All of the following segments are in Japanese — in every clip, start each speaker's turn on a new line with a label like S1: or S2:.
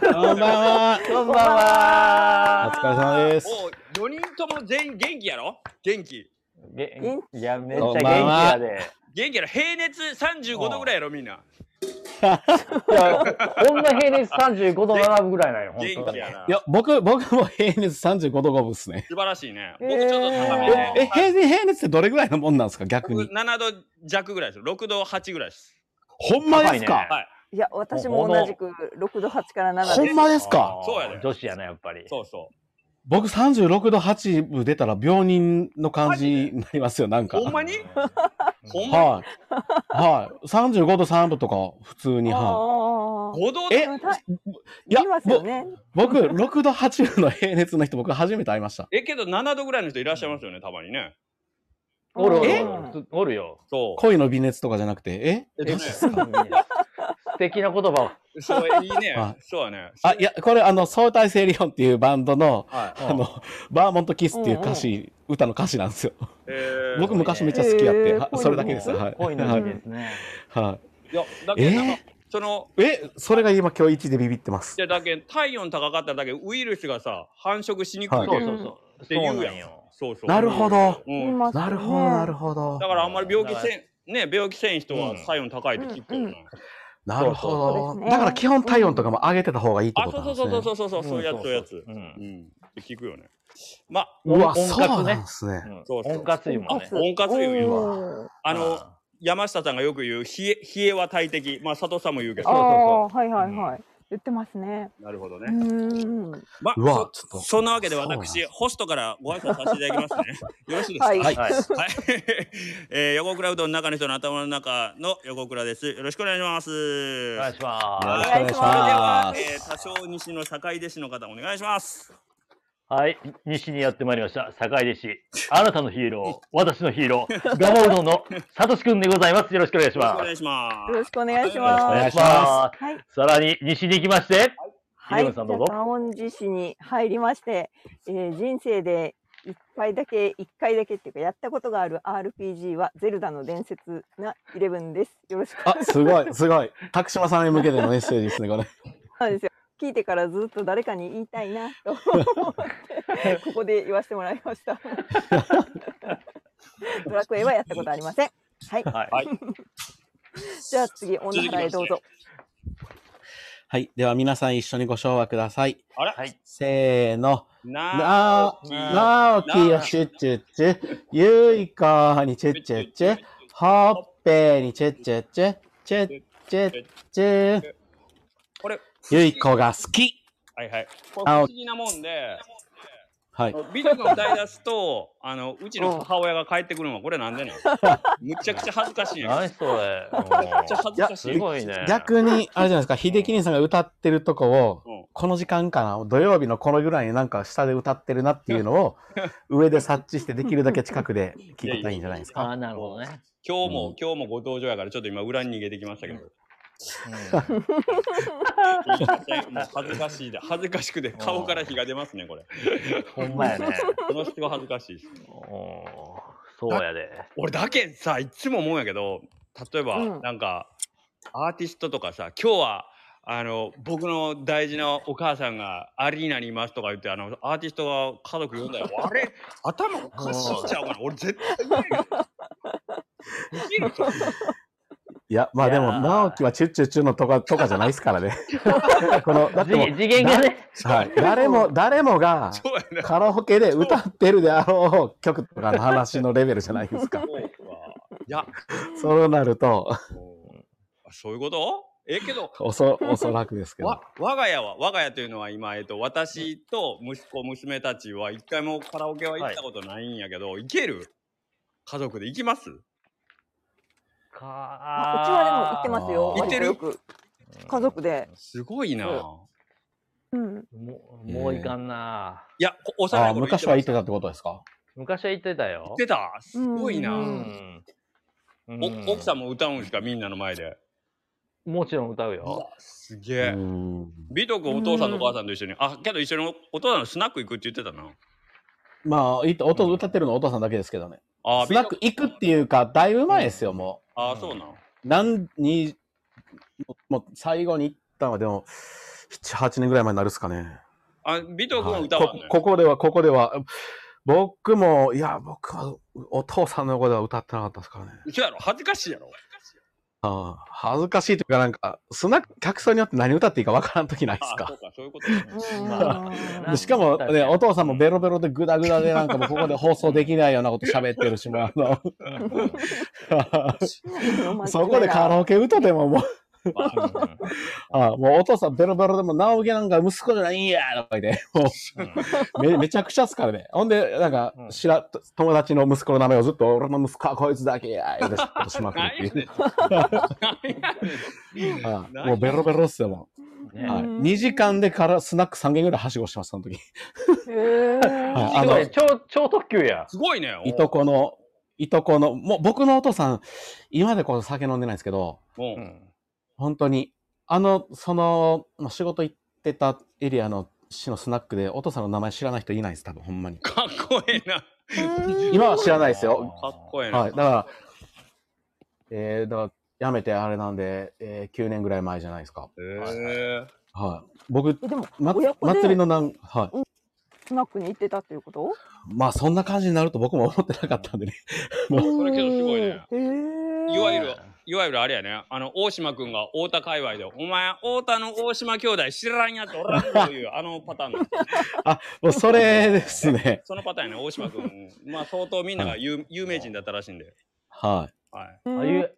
S1: こんばんは。
S2: こんばんは。
S1: お疲れ様です。
S3: お四人とも全員元気やろ元気。
S2: げ
S4: 元
S2: いや、めっち
S1: こ
S2: ゃ元
S1: ん
S2: 気
S1: ばんは。
S2: やで。
S3: 元気やろ平熱35度ぐらいやろみんな。
S2: いや、ほんま平熱35度7分ぐらいなんよ、
S3: 元
S2: 本当
S3: 気
S2: に。
S3: やない
S1: や、僕、僕も平熱35度5分ですね。
S3: 素晴らしいね。
S4: えー
S3: 僕ちょっと高め
S1: え、
S3: で。
S1: 平熱、平熱ってどれぐらいのもんなんですか、逆
S3: 僕
S1: に。
S3: 7度弱ぐらいです。6度8ぐらいです。
S1: ほんまです
S2: 高い
S1: か
S2: ね
S3: はい。
S4: いや、私も同じく6度8から7
S1: ほ
S4: 度
S1: んまですか
S2: あー
S3: そうやで
S2: 女子やな、やっぱり。
S3: そうそ
S1: 僕36度8分出たら病人の感じになりますよ、なん
S3: う。
S1: か。
S3: ほんま にほんまに
S1: はい。はい。35度3分とか、普通に。は
S4: あー
S3: ?5 度
S1: え
S4: でもた
S1: い。いや
S4: いますよ、ね。
S1: ぼ僕、6度8分の平熱の人、僕初めて会いました。
S3: え、けど7度ぐらいの人いらっしゃいますよね、たまにね。
S2: おるおる
S1: え
S2: おるおる よ。
S3: そう。
S1: 恋の微熱とかじゃなくて、え
S3: えっとね
S1: すか
S2: 素敵な言葉を。
S3: そう、いいね
S1: は。
S3: そうやね。
S1: あ、いや、これ、あの、相対性理論っていうバンドの、
S3: はい。
S1: あの、バーモントキスっていう歌詞、歌の歌詞なんですよ。
S3: えー
S1: 僕昔めっちゃ好きやって、
S4: えー
S1: は
S4: 恋の
S1: それだけです。はい。
S2: 恋の
S1: は
S2: 日
S1: い
S2: ですね。
S1: はい
S3: や、だけど、
S1: えー
S3: その、
S1: い。え、それが今今日一でビビってます
S3: い。やだけ体温高かったらだけウイルスがさ、繁殖しにくい
S1: は
S2: そう
S1: い
S3: けど
S2: そうそう。
S3: って
S2: そ
S3: 言
S2: う
S3: う
S2: な
S3: や
S2: ん
S3: ん
S2: よ。。
S3: そうそう。
S1: なるほど。
S3: うん
S4: いますよね
S1: なるほど、なるほど
S3: だ。からあんまり病気せん、ね、病気せん人
S2: う
S3: は
S2: ん
S3: 体温高いって聞くよな。
S4: うん
S1: なるほ
S4: そう
S1: ど
S4: で。すね
S1: だから基本体温とかも上げてた方がいいって
S3: あ、
S1: ことなん
S3: そ
S1: で
S3: う
S1: す
S3: そうそ
S1: ね。
S3: うそうそうそう、そういうやつ、
S2: ん
S3: そういうやつ。
S2: うん
S3: うん。って聞くよね。まあ、
S1: うわ、
S2: 温
S1: そう
S2: 活
S1: なん
S2: ね
S1: で。すね。
S2: うん
S3: そうそう
S2: 温活湯もね。
S3: 温活よ言うわ
S4: よ。
S3: あの、山下さんがよく言う、冷え、冷えは大敵。まあ、佐藤さんも言うけ
S4: あ
S3: ど。
S4: あー、はいはいはい。言ってますね。
S3: なるほど
S4: う。ん。
S3: まあ、
S1: うわ、ちょっ
S3: そ
S1: と。
S3: そんなわけで
S1: そうなんだ
S3: 私、ホストからご挨拶させていただきますね。よろしいですか
S4: は
S3: はいい。
S2: うんはい。
S3: えー、横倉うどんの中の人の頭の中の横倉です。よろしくお願いします。
S2: お願いします。
S1: よろしくお
S4: 願い
S3: それ
S4: します
S3: では、えー、多少西の坂出市の方お願いします。
S2: はい、西にやってまいりました、坂出市。あなたのヒーロー、私のヒーロー、ガモうどんのサトシくんでございます。よろしくお願いし
S3: よろしくお
S2: ま
S3: 願いしま
S4: よろし
S3: す。
S4: くお願いし
S2: す。
S4: ます。
S1: お願いします
S2: す。
S4: はい。
S2: さらに西に行きまして、
S4: はい、
S2: イレブンさんどうぞ
S4: じゃあ観音寺市に入りまして、えー人生で一回だけ一回だけっていうかやったことがある RPG はゼルダの伝説なイレブンです。よろしく
S1: あ、すごい、すごい。拓島さんに向けてのメッセージですね、これ。
S4: お願いしますよ。聞いてからずっと誰かに言いたいなと 思ってここで言わせてもらいました。ドラクエはやったことありません。はい。
S2: はい、
S3: はい
S4: じゃあ次女原へどうぞ。
S1: はい。では皆さん一緒にご唱和ください。
S3: あら、
S2: はい
S1: せーの。
S3: な
S1: な
S3: おき
S1: なおきよしゅっちゅっちゅ。ゆいこにちゅっちゅっちゅ。ほっぺにちゅっちゅっちゅ。ちゅっちゅっちゅ。
S3: これ、
S1: ゆいこが好き。
S3: はいはい。これ不
S1: あ
S3: 思議なもんで、
S1: は
S3: あ
S1: い。
S3: の美女の歌い出すと、あの、うちの母親が帰ってくるのは、これなんでなんむちゃくちゃ恥ずかしいんや
S2: 何それ。
S3: めっちゃ恥ずかしい
S2: す。ごいね。
S1: 逆に、あれじゃないですか、秀樹兄さんが歌ってるとこ
S3: う
S1: を
S3: ん、
S1: この時間かな、土曜日のこのぐらいになんか下で歌ってるなっていうの を、上で察知してできるだけ近くで聞いたらいいんじゃないです
S2: あ
S1: か。
S2: ーなるほどね。
S3: 今日も、
S1: うん
S3: 今日もご登場やから、ちょっと今、裏に逃げてきましたけ ど。
S2: うん
S3: もう恥ずかしいで、恥ずかしくて、顔から火が出ますね、これ。
S2: ほんまやね。
S3: この人は恥ずかしいです。
S2: おーそうやで。
S3: 俺だけさいつも思うんやけど例えば、
S4: うん
S3: なんかアーティストとかさ今日はあの僕の大事なお母さんがアリーナにいますとか言ってあのアーティストが家族呼んだよあれ頭おかしいんちゃうかな俺絶対無理やできるか
S1: いや、まあで
S2: い
S1: も、
S2: やー
S1: 直樹はチュッチュッチュのとか、とかじゃないですからね。 この、だってもう
S2: 次次元がね。
S1: はい、誰も、誰もが、
S3: そうやな
S1: カラオケで歌ってるであろう曲とかの話のレベルじゃな いですか。
S3: そうかいや
S1: そうなると、
S3: あそういうことええけど
S1: おそ、おそらくですけど
S3: わ。我が家は我が家というのは今、えっと、私と息子娘たちは一回もカラオケは行ったことないんやけど、行ける家族で行きます
S4: あこっちはでも行ってますよ。
S1: 行
S3: ってる
S4: 割とよく家族で。
S3: すごいな
S4: そ
S3: ぁ
S4: うん。
S2: もう、もういかんな。
S3: いや、こ幼
S1: あ
S3: い
S1: あ、
S3: 頃
S1: 昔は言って
S3: ま
S1: たってことですか
S2: 昔は行ってたよ
S3: し。た。行ってたすごいな
S2: う
S4: う
S3: ぁ
S2: ん
S3: お奥さん
S2: も。
S3: も歌うんですかみんなの前で。
S2: もちろん歌う
S3: うわ
S2: よ。
S3: す
S1: う
S3: げえ。
S1: ん。
S3: 美徳お父さんとお母さんと一緒に。あ、けど一緒におお父さんのスナック行くって言ってたな。
S1: まあ、いいと音歌ってるのはお父さんだけですけどね。
S3: あー、
S1: ス
S3: 美
S1: ナッ
S3: 徳
S1: ク。行くっていうか、だいぶ前ですよ、も
S3: あー、そうなの。
S1: う。何に、もう最後に行ったのは、でも、 7、8年ぐらい前になるっすかね。
S3: あ、ビト
S1: は
S3: 君
S1: い
S3: 歌わん
S1: こ
S3: のよ
S1: ここでは、ここでは、僕も、いや、僕はお父さんの横では歌ってなかったですからね。
S3: そうやろ恥ずかしいやろ
S1: ああ恥ずかしいというか、なんか、そんな客層によって何歌っていいかわからんときないです
S3: あ
S1: か
S3: そう。か、そういうことね。
S2: まあ
S1: でしかもね、お父さんもベロベロでグダグダで、なんかもうここで放送できないようなこと喋ってるし、もうあの、 そこでカラオケ歌でも
S3: ま
S1: もう、
S3: あ
S1: ああもうお父さんベロベロでも、直樹なんか息子じゃないんやとか言って、も
S2: うん
S1: うめめちゃくちゃっすからね。ほんで、なんか
S2: うん、
S1: 知ら、友達の息子の名前をずっと、俺の息子はこいつだけや、言うて しまくる
S3: 何や
S1: って
S3: ね
S1: い
S3: ん何やね
S1: う。
S3: ん
S1: ああ
S3: 何
S1: もうベロベロっすよ、もう。
S2: ね
S1: はい、
S4: うん
S1: 2時間でからスナック3軒ぐらいはしごしてます、その時。
S4: え
S1: あ
S2: す
S1: の
S2: ごいね超超特急や。
S3: すごいね。
S1: いとこの、いとこの、もう僕のお父さん、今でこそ酒飲んでないんですけど、
S3: も
S2: う
S3: うん
S1: 本当に、あの、その、まあ仕事行ってたエリアの市のスナックで、お父さんの名前知らない人いないです、多分、ほんまに。
S3: かっこええな。
S1: 今は知らないですよ。
S3: かっこええな。
S1: はい。だから、えー、だから、やめてあれなんで、えー、9年ぐらい前じゃないですか。
S3: へえ
S1: はい。僕、
S4: でも
S1: ま
S4: 親、子で
S1: 祭りのなん、はい。
S4: スナックに行ってたっていうこと？
S1: まあ、そんな感じになると僕も思ってなかったんでね。
S3: それけどすごいね
S4: へー
S3: いわゆる、いわゆるあれやね、あの、大島君が太田界隈で、お前、太田の大島兄弟知らんやつおらんと いう、あのパターンの、
S1: もうそれですね。
S3: そのパターンやね、大島君。まあ、相当みんなが有有名人だったらしいんで。
S1: はい。
S3: はい。
S4: うん
S2: ああいう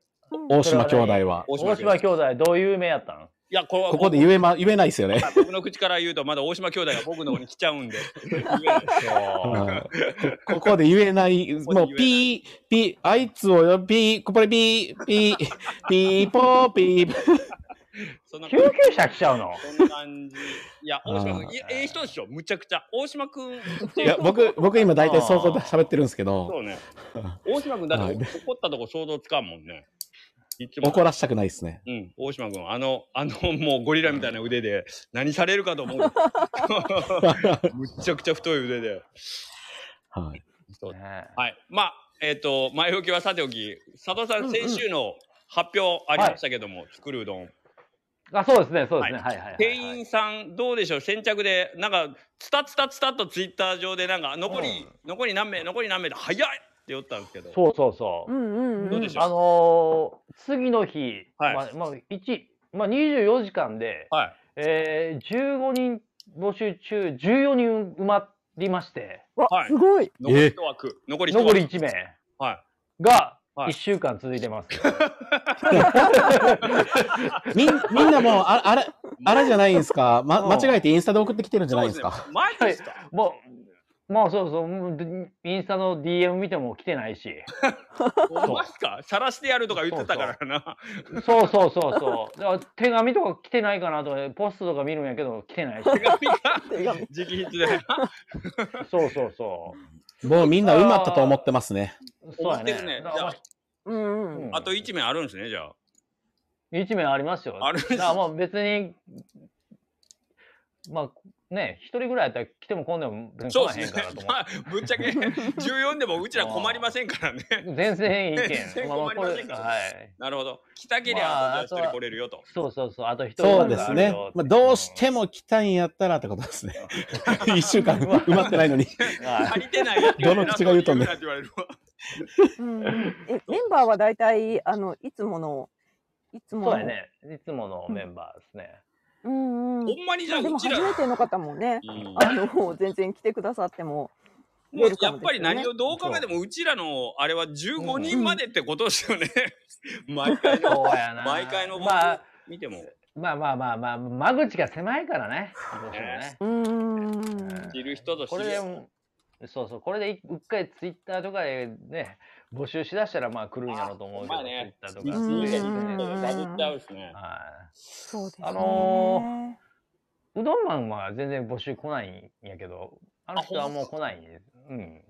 S1: 大島兄弟 は。
S3: 大
S2: 大
S3: 島
S2: 島
S3: 兄弟。
S2: 兄弟どういう名やったん
S3: いや、これは
S1: ここで言えま、言えないですよね。
S3: 僕の口から言うと、まだ大島兄弟が僕の方に来ちゃうん で。
S1: うん こここで言えない、
S3: こで
S1: も
S3: 言えな
S1: う
S3: い
S1: ピー、ピー、あいつをよ、ピー、ここでピー、ピー、 ピーポー、ピー、
S3: そんな
S2: 救急車来ちゃうの
S3: そんな感じ。いや、大島
S1: あ
S3: 君、いやええ人でしょ、むちゃくちゃ。大島君って
S1: いや、僕、僕今大体想像で喋ってるんですけ
S3: そ
S1: ど、
S3: うね。大島君、だっ
S1: はい
S3: て怒ったとこ想像つかんもんね。いつも
S1: 怒らしたくないですね。
S3: うん、大島君、あの、あの、もうゴリラみたいな腕で、何されるかと思う。 むっちゃくちゃ太い腕で。
S1: はい。
S2: ね
S3: はい。まあ、えっ、と、前置きはさておき、佐藤さん、先週の発表ありましたけども、作るうどん。
S2: あ、そうですね、そうですね。はいはいはいはい。
S3: 店員さん、どうでしょう先着で、なんか、つたつたつたっとツイッター上で、なんか、残り、残り何名、残り何名で、早いって言ったんですけど。
S2: そうそうそう
S4: う。んうんうん。
S3: どうでしょう
S2: あのー次の日、
S3: はい
S2: まあ、まあ、一まあ、24時間で、
S3: はい。
S2: えー、15人募集中、14人埋まりまして、
S4: わ
S3: はい
S4: すごい。
S3: 残り一枠。残り一枠。
S2: 残り1名
S3: は
S2: が
S3: はい
S2: 1週間続いてます。
S1: みん、みんなもう、ああれ、あれじゃないんですか。ま、
S2: うん
S1: 間違えてインスタで送ってきてるん
S3: い。
S1: じゃないんです
S3: そう
S1: か。
S3: ね。マジですか、
S2: もう、もうそうそうもう、でインスタの DM 見ても来てないし、
S3: ほんまっすかさらしてやるとか言ってたからな。
S2: そうそうそ うそう、だから手紙とか来てないかなとか、ポストとか見るんやけど、来てないし、
S3: 手紙が
S4: 手紙
S3: 直筆で。
S2: そうそうそう、
S1: もうみんな埋まったと思ってますね。
S2: そう
S3: 思
S2: や
S3: ってるね
S2: ね。だからまあ
S4: うんうん。
S2: うん
S3: あと1名あるんですね、じゃあ。
S2: 一面ありますよ。
S3: あるんです
S2: だからまあ別に、まあね、一人ぐらいやったら来ても来んでも別に来
S3: そう
S2: ま
S3: で
S2: へん
S3: す
S2: か
S3: ね
S2: らと。思
S3: まあ、 ぶっちゃけ14でもうちら困りませんからね。
S2: う。全然いい
S3: 全
S2: け
S3: 然
S2: ん。まあまあこ
S3: 困りませ
S2: れ、
S3: んから
S2: はい。
S3: なるほど。来たけり
S2: ま
S3: ゃ、
S2: あ
S3: あとじゃあ一人
S2: あとは
S3: 来れるよと。
S2: そうそうそう、あと一人
S1: そうですね
S2: ぐらいあるよ。
S1: まあ、どうしても来たんやったらってことですね。一週間埋まってないのに。
S2: は
S3: 足りてないよって言われるな
S1: どの口が言うとんねん
S3: 足りてないって言われるわ
S4: うんうん えメンバーは大体あのいつものいつ
S2: い。
S4: もの
S2: そうやね。いつものメンバーですね。
S4: うんうん
S3: ほんまにじゃあ、
S4: まあで
S3: う
S4: も
S3: ち
S4: 初
S3: ら。
S4: めての方もね
S3: うんも
S4: あの全然来てくださってもウェ
S3: う
S4: ル
S3: や
S4: カ
S3: っ
S4: ムですよね
S3: ぱり何をどう考えてもうちらのあれは15人までってことですよね。 毎回 の
S2: そうやな。
S3: 毎回の僕
S2: まあ
S3: 見ても
S2: まあまあまあまあ、間口が狭いからね。どうしてもね。
S4: うんうんうん
S2: うん
S3: 知る人ぞ知
S2: これ
S3: る
S2: でもそうそうこれで一一回ツイッターとかでね募集しだしたらまあ来るんやろうと思うけど
S3: あほんまやね
S2: ツイッター
S3: 人
S2: とか
S4: うん
S3: 数
S2: で
S3: でダ
S2: ね
S3: ブっちゃうですね。
S2: は
S4: そうですね
S2: あのいうどんマンは全然募集来ないんやけどあの人はもう来ないうん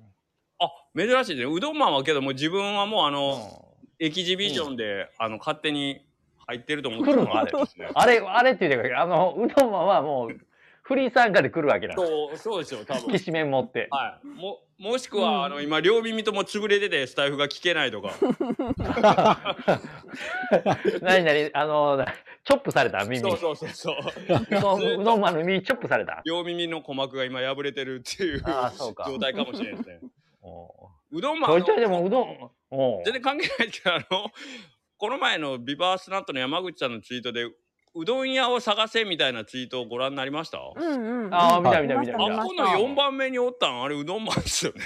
S3: あ珍しいですね。うどんマンはけどもう自分はもうあ
S2: うん
S3: の、エキシビジョンで、あの勝手に入ってると思って
S2: 来るのあれ
S3: ですね。
S2: あれあれって言うてるからあのうどんマンはもうフリー参加で来るわけだ
S3: そうそうですよ多
S2: 引
S3: 分。
S2: き締め持って
S3: はい。ももしくは、あの今両耳とも潰れててスタイフが聞けないとか。
S2: 何々あのチョップされた耳。
S3: そう
S2: う
S3: そうそうそう。
S2: どんうどんまんの耳チョップされた。
S3: 両耳の鼓膜が今破れてるっていう
S2: あーそうか
S3: 状態かもしれないで すね。
S2: お
S3: うどん
S2: う
S3: まん
S2: ち
S3: あの
S2: ょいちょいでもうどん。おう
S3: 全然関係ないですけど、あの、この前のビバースナットの山口さんのツイートで、うどん屋を探せみたいなツイートをご覧になりましたあ
S4: うんうん。
S2: ああ、
S4: うん
S2: 見た見た見た
S4: 見ま
S2: 見
S4: したた。
S3: この4番目におったん、あれうどんまんですよね。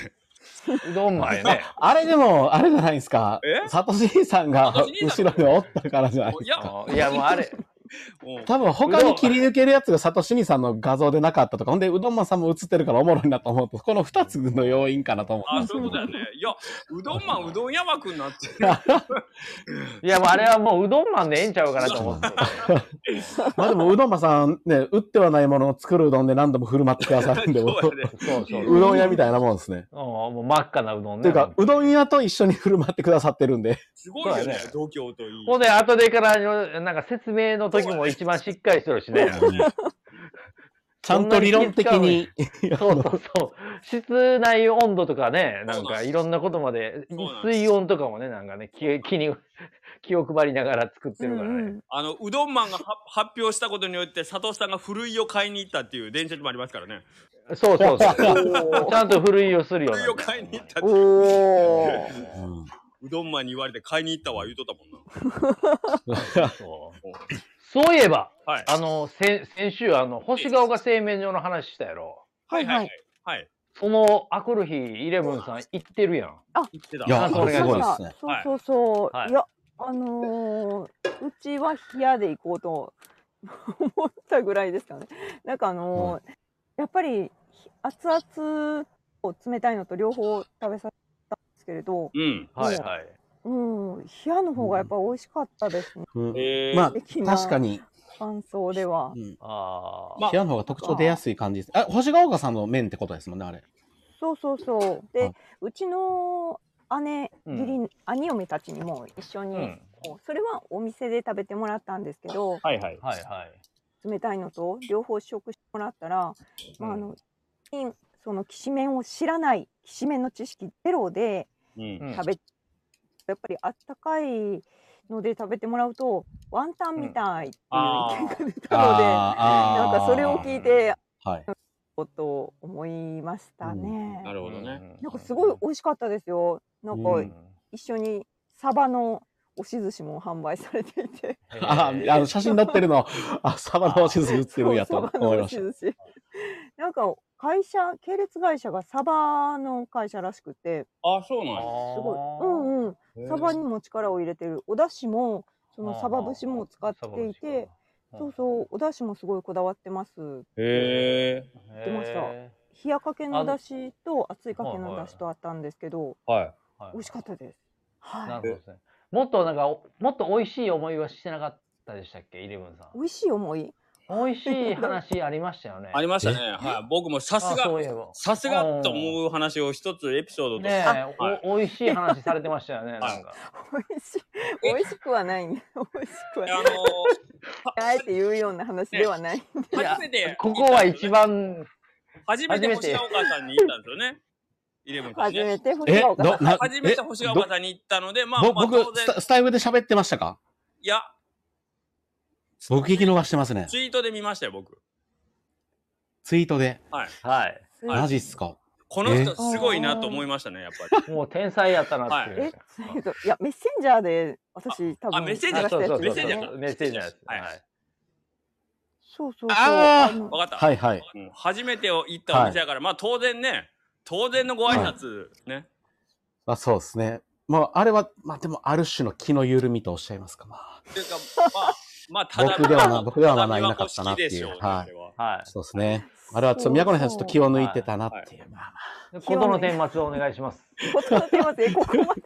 S2: うどんまんやね。
S1: あれでも、あれじゃないですか。
S3: え
S1: サトシーさんが
S3: サトシ兄さ
S1: 後
S3: ん
S1: ろでおったからじゃない
S3: いや、
S2: おういやもうあれ、
S3: もう
S1: 多分他に切り抜けるやつがサトシニさんの画像でなかったとか、ほんでうどんまんさんも映ってるからおもろいなと思うと、この2つの要因かなと思う。
S3: あ、そういうことだよね。いや、うどんまん、うどん山くんなってる。
S2: いやもうあれはもううどんまんでええんちゃうかなと思って。
S1: まあでもうどんまんさんね、売ってはないものを作るうどんで何度も振る舞ってくださるんで、う
S3: そうやね
S2: そうそう。うん
S1: うどん屋みたいなもんですね。
S2: もう真っ赤なうどんね。
S1: というか、うどん屋と一緒に振る舞ってくださってるんで。
S3: すごいよ
S2: そうや
S3: ね
S2: ね、
S3: 度胸といい。
S2: ほんで、後でからあの、なんか説明の時も一番しっかりしてるしね。
S1: ちゃんと理論的に。
S2: そうそうそう。室内温度とかね、なんかいろんなことまで
S3: そうなん、です
S2: 水温とかもね、なんかね、気気に、 気を配りながら作ってるから
S4: うんう
S2: ね。
S4: ん
S3: あの、うどんまんがは発表したことによって、佐藤さんがふるいを買いに行ったっていう伝説もありますからね。
S2: そうそうそう。ちゃんとふるいをするよ
S3: ふ
S2: う
S3: る
S2: に
S3: いを買いに行 ったっていう、
S4: おお。
S1: うん
S3: うどんまんに言われて買いに行ったわ、言うとったもんな。
S2: そうそういえば、
S3: はい。
S2: あの、先先週、あの、星ヶ丘製麺所の話したやろ。
S3: はいはいは
S4: はいい。
S3: はい。
S2: その、アクルヒイレブンさん行ってるやん。
S3: 言ってた。
S1: いや、
S2: あ
S1: あ
S2: それ
S1: れす
S2: が
S1: ごい
S2: で
S1: ですね。
S4: そうそうそう。
S2: はい
S4: い、や、あのーうちは冷やで行こうと思ったぐらいですかね。 なんかあのーやっぱりひ熱々を冷たいのと両方食べさせたんですけれど、
S3: うん。
S2: はいはい。
S4: うん、冷やの方がやっぱ美味しかったですね。
S1: うん
S3: えー、
S1: まあ、
S4: 的な
S1: 確かに、
S4: 感想では
S1: う。ん、
S2: あ
S3: ま
S2: あ。
S1: 部屋の方が特徴出やすい感じです。あ、星ヶ丘さんの面ってことですもんね、あれ。
S4: そうそうそう。で、
S1: は
S4: うちの姉、
S2: うん
S4: 義理、兄嫁たちにも一緒
S2: う
S4: に、
S2: ん。はい
S4: こうそれはお店で食べてもらったんですけど、
S3: はいはい。
S2: はい。
S4: 冷たいのと両方試食してもらったら、まあ、あの最近そのきしめんを知らないきしめんの知識ゼロで
S3: うん。
S2: うん
S4: 食べ、やっぱりあったかいので食べてもらうとワンタンみたいっていう
S3: あ
S4: 意見が出たので、
S1: あ
S4: なんかそれを聞いて
S1: あ、はい。
S4: こと思いましたね、
S3: なるほどね。
S4: なんかすごい美味しかったですよなんか
S1: う
S4: 一緒にサバの押し寿司も販売されていて
S1: ああの写真載ってるの、あ、サバの地図写ってるんやと
S4: そうサバの
S1: 思いま
S4: 押
S1: し。
S4: した寿司 なんか会社系列会社がサバの会社らしくて
S3: あ、そうなん
S2: あ
S3: や
S4: す
S2: ー
S4: ごいうんうんサバにも力を入れてるお出汁もそのサバ節も使っていてそうそうお出汁もすごいこだわってます
S3: へ
S2: 出
S4: てました冷やかけの出汁と熱いかけの出汁とあったんですけど
S3: ー。はい。
S4: 美味しかったです
S2: なる
S4: は
S2: ほどですねもっとなんかおもっと美味しい思いはしてなかったでしたっけイレブンさ
S4: い美味しい思い
S2: ん美味しい話ありましたよね
S3: ありましたね。はい。僕もさす
S2: あそう
S3: が、
S2: いえば
S3: さすがと思う話を一つエピソードとして。
S2: ねえ
S3: はい
S2: お美味しい話されてましたよねなんか
S4: 美味しい美味しくはないね美味しくは
S3: で
S4: ない
S3: あ
S4: あえて言うような話ではない
S3: の、初めて、
S2: ここは一番
S3: 初めて星ヶ丘さんに行ったんですよね。イレブンさん
S4: 初
S3: ね。
S4: めて星
S1: え
S4: ヶ、丘さん
S1: ど、な
S3: 初め
S1: え
S3: て星ヶ丘さんに行ったので、まあ、
S1: ぼ
S3: まあ、当
S1: 僕
S3: 然
S1: ス、タ、スタイルで喋ってましたか
S3: いや、
S1: 僕聞き逃してますね。
S3: ツイートで見ましたよ、僕。
S1: ツイートで。
S2: はい
S1: マジっすか
S3: この人すごいなと思いましたね、やっぱり。
S2: もう天才やったなってい
S4: え
S2: う、
S4: そういうこといや、メッセンジャーで、私、多分。
S3: あメッセンジャ
S2: あ
S3: ー
S4: 鳴らした
S2: そうそうそ
S4: やつ
S2: う
S3: メッセンジャー
S4: ね
S3: か
S2: メッセンジャーです
S3: はい
S2: はい
S4: そうそうそう。
S1: あー
S4: の
S3: わかった。
S1: はいはい。
S3: うん初めて行ったお店だから、まあ当然ね、当然のご挨拶ね。
S1: まあそうですね。まああれは、まあでもある種の気の緩みとおっしゃいますか。まあ、
S3: っていうか、まあ、まあ、ただ、
S1: 僕ではな、僕ではま
S3: た
S1: あ
S3: だ琵琶
S1: ないな
S3: 湖
S1: かったな
S3: 好き
S1: って
S3: で
S1: い
S3: し
S1: う
S3: ょ。。
S1: は
S3: そ
S1: い
S3: れ。は
S2: は
S1: そうですね。あれはちょっと宮古根さんちょっと気を抜いてたなっていう。まあ
S2: いことの顛末をお願いします
S4: ことのテーマで、ここまで。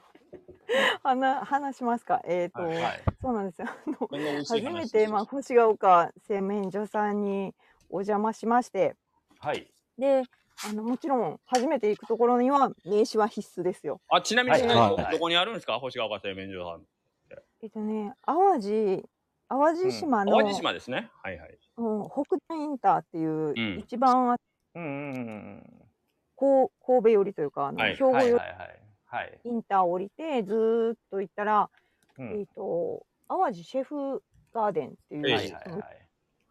S4: 話、話しますか。えっ、と、
S2: はい
S4: そうなんですよ。あの
S3: こんな美味しい
S4: 初
S3: 話
S4: めて、まあ、星ヶ丘製麺所さんにお邪魔しまして。
S2: はい
S4: で、あの、もちろん、初めて行くところには、名刺は必須ですよ。
S3: あ、ちなみに、
S2: はい
S1: はい
S3: どどこにあるんですか星ヶ丘製麺所さん。
S4: えっとね、淡路、淡路島の、
S3: 淡路島ですね。はいはい。
S4: うん、北大インターっていう、
S3: ん
S4: 一番
S2: うんうんうんうん
S4: こう神戸寄りというか、あの
S3: はい
S4: 兵庫
S2: はいはいは
S4: 寄り
S2: いはい
S4: インターを降りてずーっと行ったら、
S2: う
S4: え
S2: ん
S4: っ、と淡路シェフガーデンっていう、
S3: ええ
S2: はいはいはい。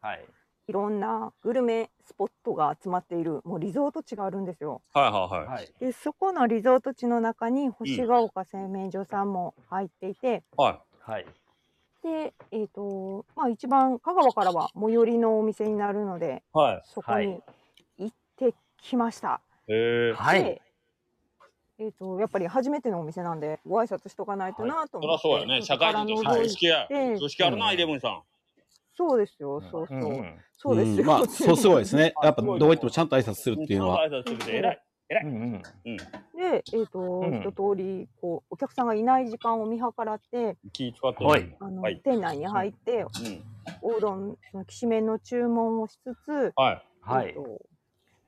S2: はい。
S4: いろんなグルメスポットが集まっているもうリゾート地があるんですよ。
S3: はいはいはい。
S2: はい。
S4: でそこのリゾート地の中に星ヶ丘製麺所さんも入っていて、
S3: は
S2: はい。
S4: で、えーとまあ、一番香川からは最寄りのお店になるので
S3: い。は
S4: そこに行ってきました。
S3: い。へえ。
S2: はい
S4: で。えー、とやっぱり初めてのお店なんでご挨拶しとかないとなと
S3: そり
S4: 思
S3: ゃ
S4: って、
S3: そうやね。社会人として
S4: ちょっ
S3: 常
S4: と
S3: 識や。
S4: ええ
S3: 常識あるな、イレブンさん。
S4: そうですよ、そうそう、
S2: うんうん
S4: そうですよ、
S1: んま あ、そうすごいですね。やっぱ、どこ行ってもちゃんと挨拶するっていうのは。
S3: 挨拶するで偉い。
S2: うんうん。
S4: で、えーと
S2: ん
S4: 一通りこうお客さんがいない時間を見計らって
S3: 気使ってる。
S2: はい
S4: あの、
S3: はい
S4: 店内に入って
S3: うん。
S4: おうどんそのきしめんの注文をしつつ、
S3: はい。
S2: は
S4: えー
S2: い。
S4: と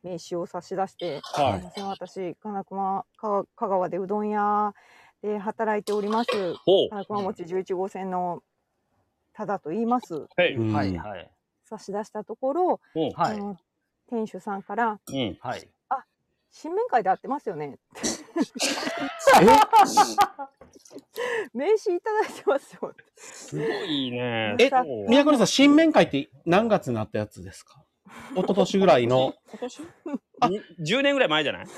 S4: 名刺を差し出して「
S3: はい
S4: すいません私金熊か香川でうどん屋で働いております
S3: ほう。
S4: 金熊餅11号線のただと言います」
S3: はい。
S1: うん
S2: はい。はい。
S4: 差し出したところ、
S3: うん。
S2: は
S4: あ
S2: い。
S4: の店主さんから
S3: うん。
S2: はい。
S4: 「新面会で会ってますよね」名刺いただいてますよ」
S3: すごいね。
S1: え
S3: そう
S1: 宮古さん、新面会って何月になったやつですか一昨年ぐらいの。
S3: 今年あ10年ぐらい前じゃない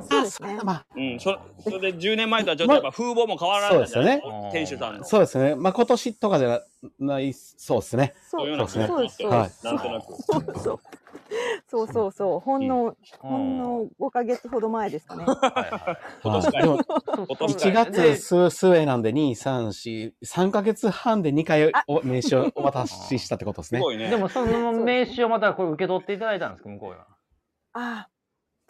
S4: そうですね
S1: あま
S3: うん、そそれで10年前とはちょっとやっぱ風貌も変わらない
S1: そうです
S2: よね
S3: 店主さん
S1: あ、
S3: の。
S1: そうですね。まあ、今年とかじゃない、そうですね。
S4: そ
S3: い
S4: うそうう
S3: ような
S1: そうですね
S3: 感じになってます
S4: はい
S3: なんとなく。
S4: そうそうそうそうそうほんの、
S2: うん
S4: ほんの5か月ほど前ですかね。
S2: はいは
S1: は
S3: 年
S1: い、
S3: か
S1: でも、
S2: い
S3: 今年
S1: 1月末末なんで、2、3、4、3ヶ月半で2回お名刺をお渡ししたってことです
S3: す
S1: ね。
S3: ごい ね。
S2: でもその名刺をまたこれ受け取っていただいたんですか向こうは。
S4: ああ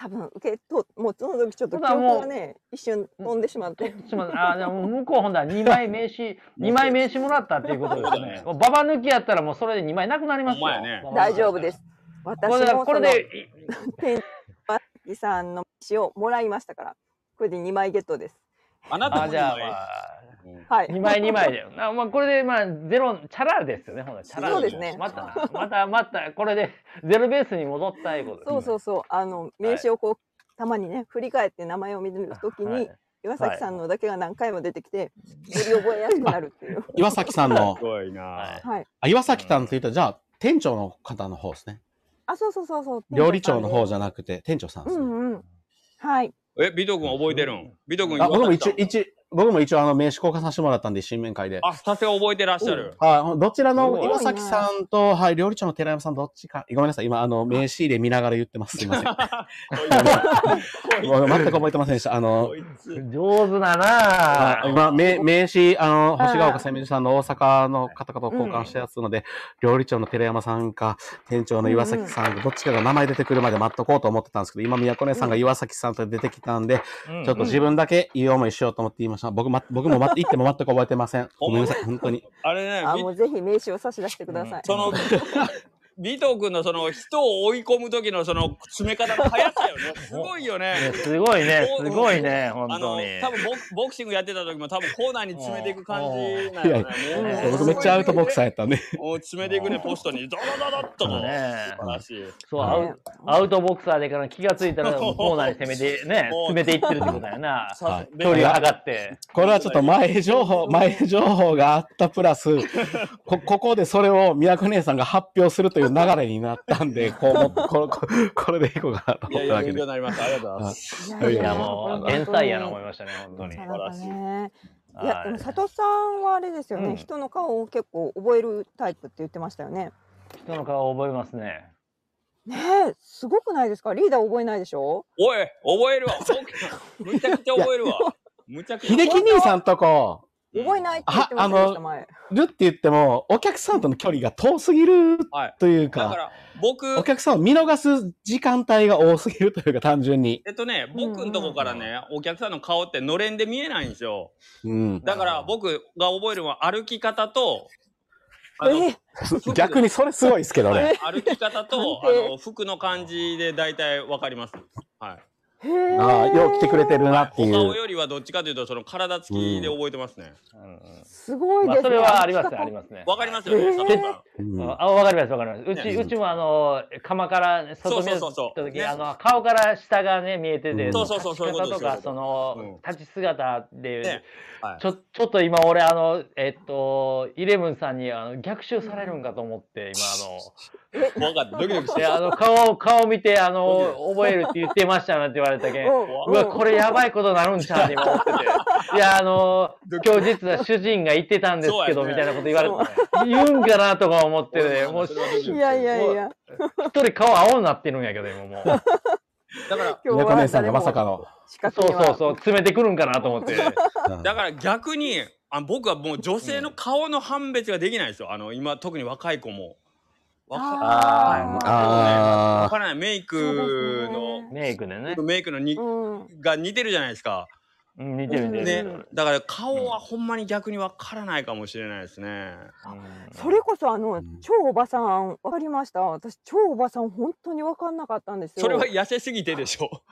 S4: 多分受けともうその時ちょっと
S2: ほ
S4: 記
S2: な
S4: 憶
S2: もう
S4: がね一瞬飛んでしまって
S2: すいませんあーでも向こうほんだら2枚名刺二枚名刺もらったっていうことで
S3: そ
S2: す
S3: うだね
S2: ね。もうババ抜きやったらもうそれで2枚なくなりますよ。
S3: ほんまやね。
S4: 大丈夫ですす。私
S2: これ
S4: も
S2: で
S4: その
S2: これで
S4: 天木さんの詩をもらいましたからこれで2枚ゲットです。
S3: あなた
S2: あー
S3: も
S2: じゃあ、ま
S3: 今
S2: あ、
S3: うん
S4: はい。
S2: 2枚2枚で。あまあこれでまあゼロチャラですよねほんだらチャラ
S4: そうですね
S2: またなまたまたこれでゼロベースに戻ったいうことですね。
S4: そうそうそうあの名刺をこう、たまにね振り返って名前を見るときに、
S2: はい
S4: 岩崎さんのだけが何回も出てきてより覚えやすくなるっていう。
S1: 岩崎さん の
S3: す、ごい
S2: は
S3: な。
S4: はい。
S1: あ岩崎さんというと、じゃあ、店長の方の方ですね。
S4: あそうそうそうそう。
S1: 料理長の方
S4: じ
S1: じゃなくて、店長さんで
S4: う
S1: すね。
S4: んうん。はい。
S3: え、美藤君覚えてるん美藤君
S1: あ僕も
S3: 岩崎
S1: 一
S3: さん
S1: 応、一応、僕も一応、あの、名刺交換させてもらったんで、新面会で。
S3: あ、さすが覚えてらっしゃる。
S1: はい、どちら
S2: すご
S1: の
S2: い
S1: 岩崎さんと、はい、料理長の寺山さん、どっちか、ごめんなさい、今、あの、名刺入れ見ながら言ってます。すいません。ごめん 全く覚えてませんでした。あの
S3: こ、いつ
S2: 上手だな
S1: あ
S2: あ。
S1: 今、名名刺、あの、
S4: はい
S1: 星ヶ丘千明さんの大阪の方々と交換したやつなので、料理長の寺山さんか、店長の岩崎さんか、どっちかが名前出てくるまで待っとこうと思ってたんですけど、今、宮古姉さんが岩崎さんと出てきたんで、
S2: うん
S1: ちょっと自分だけいい思いしようと思って言いました。僕、ま、僕も待って、行っても全く覚えてません。ごめんなさい、本当に。
S3: あれね、
S4: あ
S3: び
S4: もうぜひ名刺を差し出してください。
S3: そ の、美藤君のその人を追い込む時のその詰め方の速さよね。すごいよね。
S2: すごいね、すごいね、本
S3: あの
S2: 当に。
S3: 多分ボクボクシングやってた時も多分コーナーに詰めていく感じなん
S1: い
S3: や
S1: や
S3: ね
S1: い
S2: や
S1: 僕めっちゃアウトボクサー
S3: ー。
S1: やったんで。
S3: もう詰めていくねポストにドドドドっともう。
S2: ね
S3: 素晴らしい。
S2: そう、ア
S4: ね
S2: ウアウトボクサーでから気がついたらもうコーナーに攻めてね、
S3: もう
S2: 詰めていってるってことや な。
S1: はい
S3: で
S2: 距離を測って。
S1: これはちょっと前情報、前情報があったプラス、こ、ここでそれを宮古姉さんが発表するという流れになったんで、こうも、こここれでいこうかなと
S3: いや
S1: 思っ
S3: い
S1: た
S3: や
S1: わけ
S3: 勉強
S1: で
S3: に。なりました。ありがとうございます。
S1: い
S2: い
S1: や
S2: や、
S4: 本
S2: もう
S4: 当に
S2: 天才やな思いましたね、本当に。
S4: な
S2: は
S4: かなかね。いやでも
S2: い
S4: 佐藤さんはあれですよね、
S2: うん
S4: 人の顔を結構覚えるタイプって言ってましたよね。
S2: 人の顔を覚えますね。
S4: ねえすごくないですかリーダー覚えないでしょ
S3: おい覚えるわ。むちゃくちゃ覚えるわ。むちゃくちゃ。
S1: 秀樹兄さんとこ、
S4: 覚えないって言ってました
S1: あ
S4: よ
S1: あの
S4: 人前。
S1: るって言っても、お客さんとの距離が遠すぎる
S3: はい。
S1: という
S3: だか
S1: か、
S3: ら僕
S1: お客さんを見逃す時間帯が多すぎるというか、単純に。
S3: えっとね僕のとこからねお客さんの顔ってのれんで見えないんですよ。
S1: うん。
S3: だから僕が覚えるのは歩き方と。あの
S4: え
S1: 逆にそれすごいですけどね。
S3: 歩き方とあ
S4: 判定
S3: の服の感じで大体わかります。はい。
S4: へえ。
S1: ああ、よう来てくれてるなってい
S3: お顔
S1: う。
S3: よりはどっちかというと、その体つきで覚えてますね。
S4: すごい
S2: ま
S4: です
S2: あ、
S4: ね。
S2: それはありますね、
S4: 秋田
S2: ありますね。
S3: わかりますよね、
S4: えー
S3: 佐藤さん。
S1: うん
S2: あ、わかります、わかります。うち、
S1: ね
S2: うちもあの、釜から外見
S3: そうそ
S2: た
S3: うそうそう
S2: 時、
S3: ね
S2: あの、顔から下がね、見えて
S1: う
S2: て、
S1: ん
S2: その
S3: そうそうそうそういう
S2: 立
S3: こ
S2: ち
S3: とで
S2: 方と
S3: すよ
S2: か、その、立ち姿で
S3: ね、はい
S2: ちょ、ちょっと今俺、あの、えっと、イレブンさんに、あの、逆襲されるんかと思って、今、
S3: 怖かった。ドキドキし
S2: あの、
S3: て
S2: で、。あの、顔、顔見て、あの、覚えるって言ってましたなんて言われた けん。
S4: う
S2: うわ、これやばいことなるんちゃうって今思ってて。いや、あの今日実は主人が言ってたんですけど、
S3: そうやね
S2: みたいなこと言われて、言うんかなとか思ってね、もう
S3: それはドキドキして
S4: い
S3: る
S4: やいやいや。
S2: 一人顔青になってるんやけど、今もう。
S3: だから、
S4: 今日
S1: 猫
S4: は
S1: 姉さんがまさかの。
S2: そうそうそう、詰めてくるんかなと思って。
S1: うん
S3: だから逆に、あ僕はもう女性の顔の判別ができないですよ。あの、今、特に若い子も。若
S2: あ
S4: あ
S3: いわ
S1: あ
S3: からない。メイクの、
S2: メイクでね。
S3: メイクのに、
S4: うん。
S3: が似てるじゃないですか。
S2: うん似てる似て
S3: ね
S2: る。
S3: だから顔はほんまに逆にわからないかもしれないですね。
S2: うん
S4: それこそあ
S1: う
S4: の
S1: ん
S4: 超おばさんわかりました。私超おばさん本当にわかんなかったんですよ。
S3: それは痩せすぎてでしょ。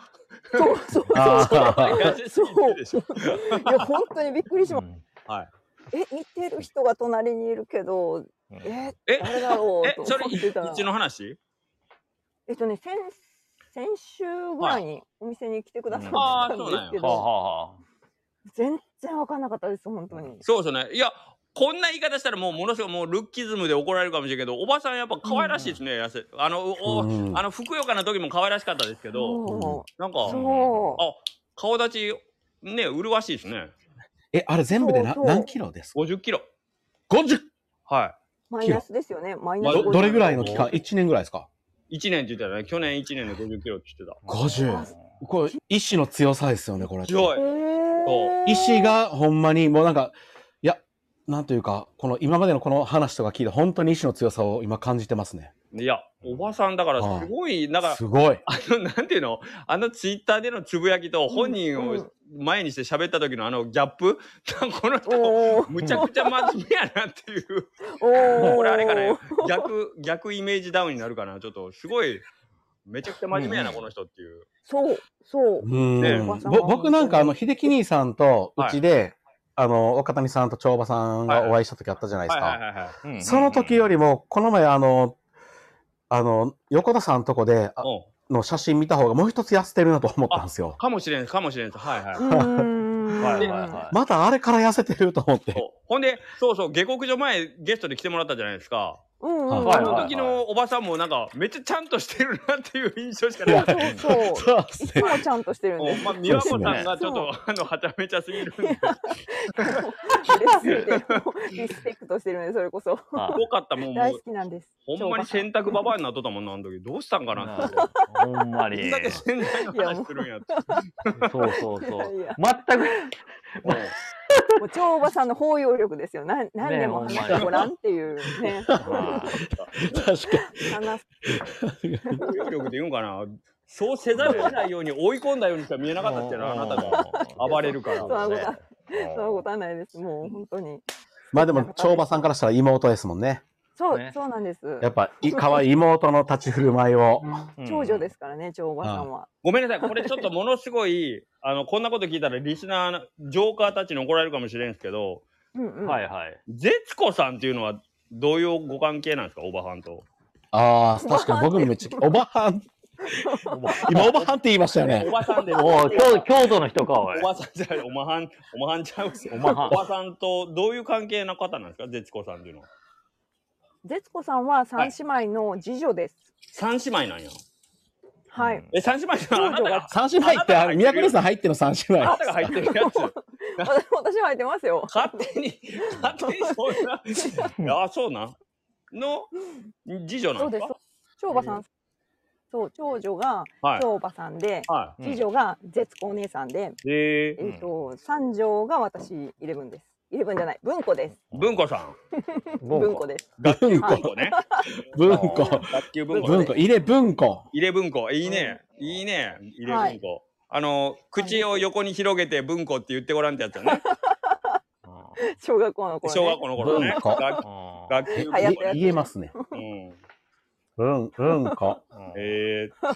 S4: そうそ
S1: ー。
S4: う
S1: あー
S3: 痩せすぎてでしょ。
S4: いや本当にびっくりしま
S2: う
S4: し
S2: ん
S3: はい。
S4: た。え似てる人が隣にいるけどえ
S3: え
S4: 誰だろう
S3: え
S4: と、
S3: それ
S4: 思っ
S3: い、
S4: てたら
S3: うちの話
S4: えっとね先先週ぐらいにお店に来てくださ
S3: は
S4: っ
S3: いあー
S4: たん
S3: そう
S4: で
S3: なんや
S4: すけ
S2: はあ
S4: ど、
S2: はあは
S4: 全然わかんなかったです本当に。
S3: そうですね。いや、こんな言い方したらもうものすごいもうルッキズムで怒られるかもしれんけど、おばさんやっぱ可愛らしいですね、痩せ。あの、お、
S1: うん
S3: あの、ふくよかな時も可愛らしかったですけど、
S4: そ
S3: なん
S4: う
S3: か、
S4: そ
S3: あ、顔立ち、ね、麗しいですね。
S1: え、あれ全部でな
S4: そうそう
S1: 何キロですか
S3: 50キロ。
S1: 50
S3: は
S4: うマイナスですよねマイナス
S3: まあ
S1: ど
S4: 50
S1: どれぐらいの期間 ?1 年ぐらいですか
S3: い。1年って言ったらね、去年1年で50キロって言って
S2: あ。
S1: 50これ、意志の強さですよね、これ。
S3: た。強い。
S4: えー
S1: 意志がほんまにもうなんか、いや、なんというか、この今までのこの話とか聞いて、本当に意志の強さを今感じてますね。
S3: いや、おばさんだからすごい、だから
S1: す、ごい。
S3: あの、なんていうのあのツイッターでのつぶやきと本人
S4: う
S3: を
S4: ん
S3: 前にして喋った時のあのギャップ、 この人、
S4: おー
S3: むちゃくちゃ真面目やなっていう、
S4: おー
S3: これあれかね、逆、逆イメージダウンになるかな、ちょっとすごい、めちゃくちゃ真面目やな、
S2: うん
S3: この人っていう。
S4: そうそう
S1: う。ん、
S3: ね
S1: ぼ僕なんかあの秀樹兄さんとうちで、あの若谷さんと長馬さんがお会いした時あったじゃないです
S3: はい
S1: か、
S3: はいはいはい。
S2: うん
S1: その時よりもこの前あのあの横田さんとこであ
S3: う
S1: の写真見た方がもう一つ痩せてるなと思ったんですよ
S3: ん。かもしれん、かもしれん。はいはい。
S4: うーん
S2: はいはいは
S1: またあれから痩せてると思って
S3: そうほんで、そうそう、下克上前、ゲストで来てもらったじゃないですか。
S4: うんうんうん
S1: はい
S3: あ
S2: はい
S3: の
S2: はい
S3: 時のおばさんも、なんか、めっちゃちゃんとしてるなっていう印象しか
S4: そ
S3: な
S4: う
S3: い。
S4: そうそう。
S1: そうっす
S4: いつもちゃんとしてるん
S3: お
S4: です。
S3: まあ、美和子さんがちょっと、あの、はちゃめちゃすぎるんで。
S4: 嬉しいですリスペクトしてるんで、それこそ。
S2: いはい
S3: 多かったもん、も
S4: 大好
S3: う。
S4: きなんです。
S3: ほんまに洗濯ババアになっとったもんな、あの時。どうしたんかなって。
S2: ほんま
S3: こ
S2: に
S3: ん。だけ洗剤の話するんやって。
S2: そうそうそ。
S4: いうや
S2: 全く、
S4: もう超おばさんの包容力ですよ。なん何でも話してごらんっていうね。
S1: 確か
S4: 話す
S3: 包容力で言うんかな。そうせざるを得ないように追い込んだようにしか見えなかったってな、あなたが。
S2: が
S3: 暴れるから
S4: そうそうそうそんなことはないです。もう本当に。
S1: まあでも長馬さんからしたら妹ですもんね
S4: そう、
S2: ね。
S4: そうなんです。
S1: やっぱい可愛い妹の立ち振る舞いを
S4: 長女ですすからね、超おばさんは。
S3: ごめんなさい、これちょっとものすごい、あの、こんなこと聞いたらリスナーの、ジョーカーたちに怒られるかもしれんすけど、
S4: うんうん。
S2: はいはい。
S3: ゼツコさんっていうのは、どういうご関係なんですか、おばはんと。
S1: ああ確かに僕もめっちゃおばはん今おばはんって言いましたよね
S3: おばさんで
S2: おう京京都の人か、おい
S3: お。ばさんじゃない、おまはん、 おまはんちゃう
S2: おまはん
S3: おばさんとどういう関係の方なんですか、絶子さんっていうのは。
S4: 絶子さんは三姉妹の次女です。
S3: 三姉妹なんや。
S4: は
S2: う
S4: い
S2: ん。
S3: え、三姉妹さん、あなたが、
S1: 三姉妹ってあ宮古さん入っての三姉
S3: あな
S1: 妹
S3: たが入ってるやつ。
S4: 私私は入ってますよ。
S3: 勝手に、勝手にそんな。あ、そうなん。の、次女な
S4: そうん
S3: で
S4: ですす
S3: か。。
S4: 長馬さん。そう、長女が
S3: はい。
S4: 長馬さんで、
S3: は
S2: うん
S4: 次女が絶子お姉さんで、
S3: い。え
S4: えっ、と、三女が私イレブンです。イレブンじゃない、文庫です。
S3: ー、文庫さん。
S4: 文庫です。
S3: 学級文庫ね。
S1: 文庫
S3: 学級文庫
S1: 文
S3: ね。
S1: 庫入れ文庫
S3: 入れ文庫。いいね。いいね。入れ文庫。あの、口を横に広げて文庫って言ってごらんってやつよね。
S4: 小学校の頃、ね。
S3: 小学校の頃ね。
S1: 文庫
S3: 学学級
S4: 流行
S3: 文
S4: ってる
S3: 庫
S4: やつ
S1: い言えますね
S3: うん。
S1: 文文庫
S3: えー、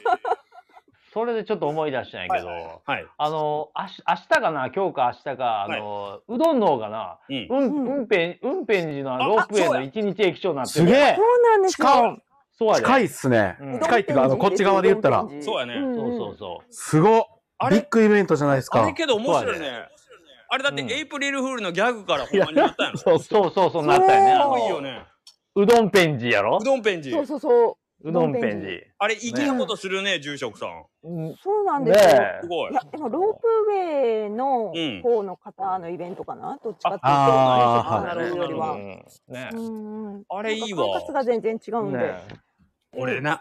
S2: それでちょっと思い出したんやけど、
S3: はい。
S2: あの、あし明日かな、今日か明日か、あの、うどんの方がな、
S3: うん
S2: うん、
S4: うん
S2: うんぺん、うんぺん寺のロープウェイの一日駅長になって
S1: すげえ
S4: そうなんですよ。
S2: そうやで。
S1: 近いっすね。
S2: うん
S1: 近いっていうかあのこっち側で言ったら
S3: そうやね
S2: そうそうそう。
S1: すごっ
S3: あ
S1: ビ
S3: れ
S1: ッグイベントじゃないです
S3: あ
S1: か
S3: れ。けど面白い
S2: そうや
S3: ね。あれだって
S2: うん
S3: エイプリルフールのギャグからほんまになったんや
S1: そうそう。
S2: そうそうそうなったよねあ
S3: ろ。
S4: そ
S3: も
S4: う
S3: ういいよ
S2: の。
S3: ね。
S2: うどんペンジやろ
S3: うどんペンジ
S4: そう。そうそう
S2: うどんペンジ。
S3: あれ、粋なことするね、住職さん。
S2: うん
S4: そうなん
S2: ね
S4: ですよ。
S2: え
S3: す。ごい
S4: い。やでもロープウェイの
S3: うん
S4: 方の方のイベントかな、どっちかっていうと
S1: あ
S3: あー
S4: 選手さんのより
S3: は
S4: は
S2: う。んね
S4: うんうん
S3: あれいいわ
S4: なんか感覚が全然違うんで、
S2: ね
S3: 俺な。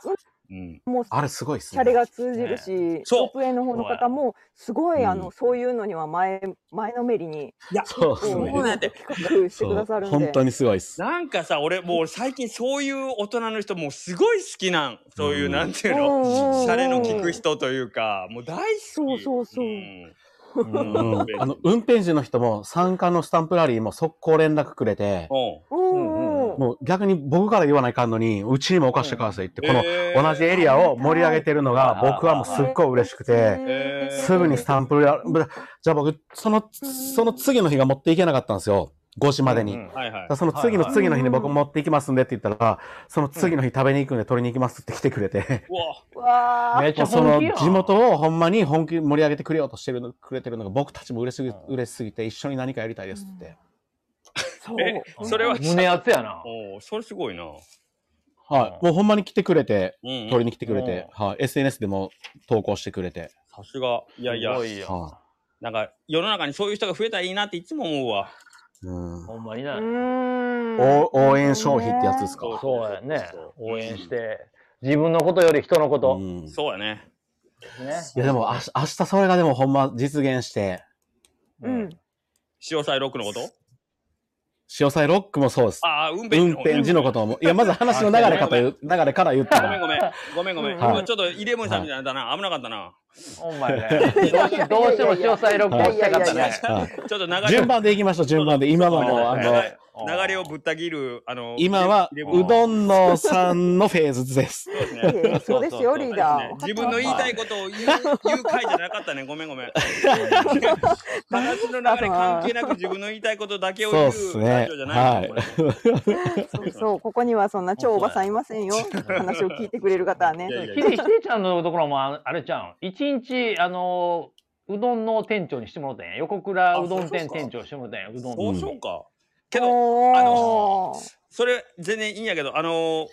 S3: うん。
S4: もう
S1: あれすごいっす
S4: シャ
S1: ね。
S4: レが通じるし、
S3: そう
S4: ロープウェイの方の方もすごい、あのそういうのには前前のめりに
S1: そうっす
S4: こ
S3: そう
S1: ね。
S3: なんやって。
S4: 企画してくださるんで。
S1: 本当にすごいっす。
S3: なんかさ、俺もう最近そういう大人の人もうすごい好きなん。そういう、
S1: うん
S3: なんていう
S4: うんうんう
S3: の、
S4: ん
S3: シャレの効く人というか、もう大好き。
S4: そうそうそうん
S1: う
S2: うん
S1: ん、あの運転手の人も参加のスタンプラリーも速攻連絡くれて、
S3: お
S4: うんうん
S1: もう逆に僕から言わないかんのに、うちにもお菓子返せって、この
S3: えー
S1: 同じエリアを盛り上げてるのが
S2: あー
S1: 僕はもうすっごい嬉しくて、
S3: えー
S1: すぐにスタンプラリー、じゃあ僕、その、
S4: うん
S1: その次の日が持っていけなかったんですよ。5時までに。
S2: うん
S3: はいはい
S1: だから。その次
S2: はい
S1: の
S2: はい
S1: 次の日に僕
S4: うん
S1: 持っていきますんでって言ったら、その次の日食べに行くんで取りに行きますって来てくれて、
S3: うわ、
S4: うわ
S2: め
S4: ー
S2: っちゃ
S1: その
S2: 本気やん
S1: 地元をほんまに本気に盛り上げてくれようとしてるのくれてるのが僕たちも嬉しすぎ嬉しすぎて一緒に何かやりたいですって。
S4: そう
S3: えそれは
S2: 胸熱やな。
S3: おうそれすごいな。
S1: はい。もうほんまに来てくれて、
S3: うん
S1: 取りに来てくれて、はい。SNS でも投稿してくれて。
S3: さすが。いやいや
S2: す、ごいよ。
S1: は
S3: なんか世の中にそういう人が増えたらいいなっていつも思うわ。
S1: い。うん。
S2: ほんまにな。
S1: お
S4: 応
S1: 応援消費ってやつですか
S3: そう
S2: そうやね。応援し
S3: う
S2: て、自分のことより人のこと。
S1: うん
S3: ん。そうやね。
S2: ね。
S1: いやでもあし明日それがでもほんま実現して、
S4: うん。
S3: 潮騒ロックのこと
S1: 潮祭ロックもそうです。
S3: ああ、運転
S1: 運転時のことも。いや、まず話の流れかという、流れから言った
S3: ごめん
S1: ら。
S3: ごめん。ごめんごめん。
S4: うん
S1: はい
S3: 今ちょっとイレブンさんみたいになったな。危なかったな。
S2: ほんまや ね。どうしどうしても詳細録音したかった
S4: いやいやいやい
S2: ね
S4: や。
S1: はい
S3: ちょっと流れ
S1: 順番でいきましょう、順番で。今はもう、
S2: ご
S1: あ
S2: めん
S3: 流
S1: の
S2: な、
S3: れ流れをぶった切る、あの、
S1: 今は、
S3: イレブン
S1: うどんのさんのフェーズです。
S3: そうですね
S4: いやいやそうですよリーダー。
S3: 自分の言いたいことを言う言う回じゃなかったね。ごめんごめ ん。話の流れ関係なく自分の言いたいことだけを言う
S1: そうっすね
S3: ラジオじゃないの
S1: は
S3: これ
S4: そうそう、ここにはそんな超おばさんいませんよ。話を聞いてくれる方はね
S3: い。やいや
S2: ひでひでちゃんのところもああれちゃうん一日あのうどんの店長にしてもらったんや横倉うどん店店長してもらったんやうどん
S3: そ
S2: の
S3: う
S1: うん
S3: そうか。けど、
S4: お
S3: あ
S4: お
S3: のそれ全然いいんやけど、あの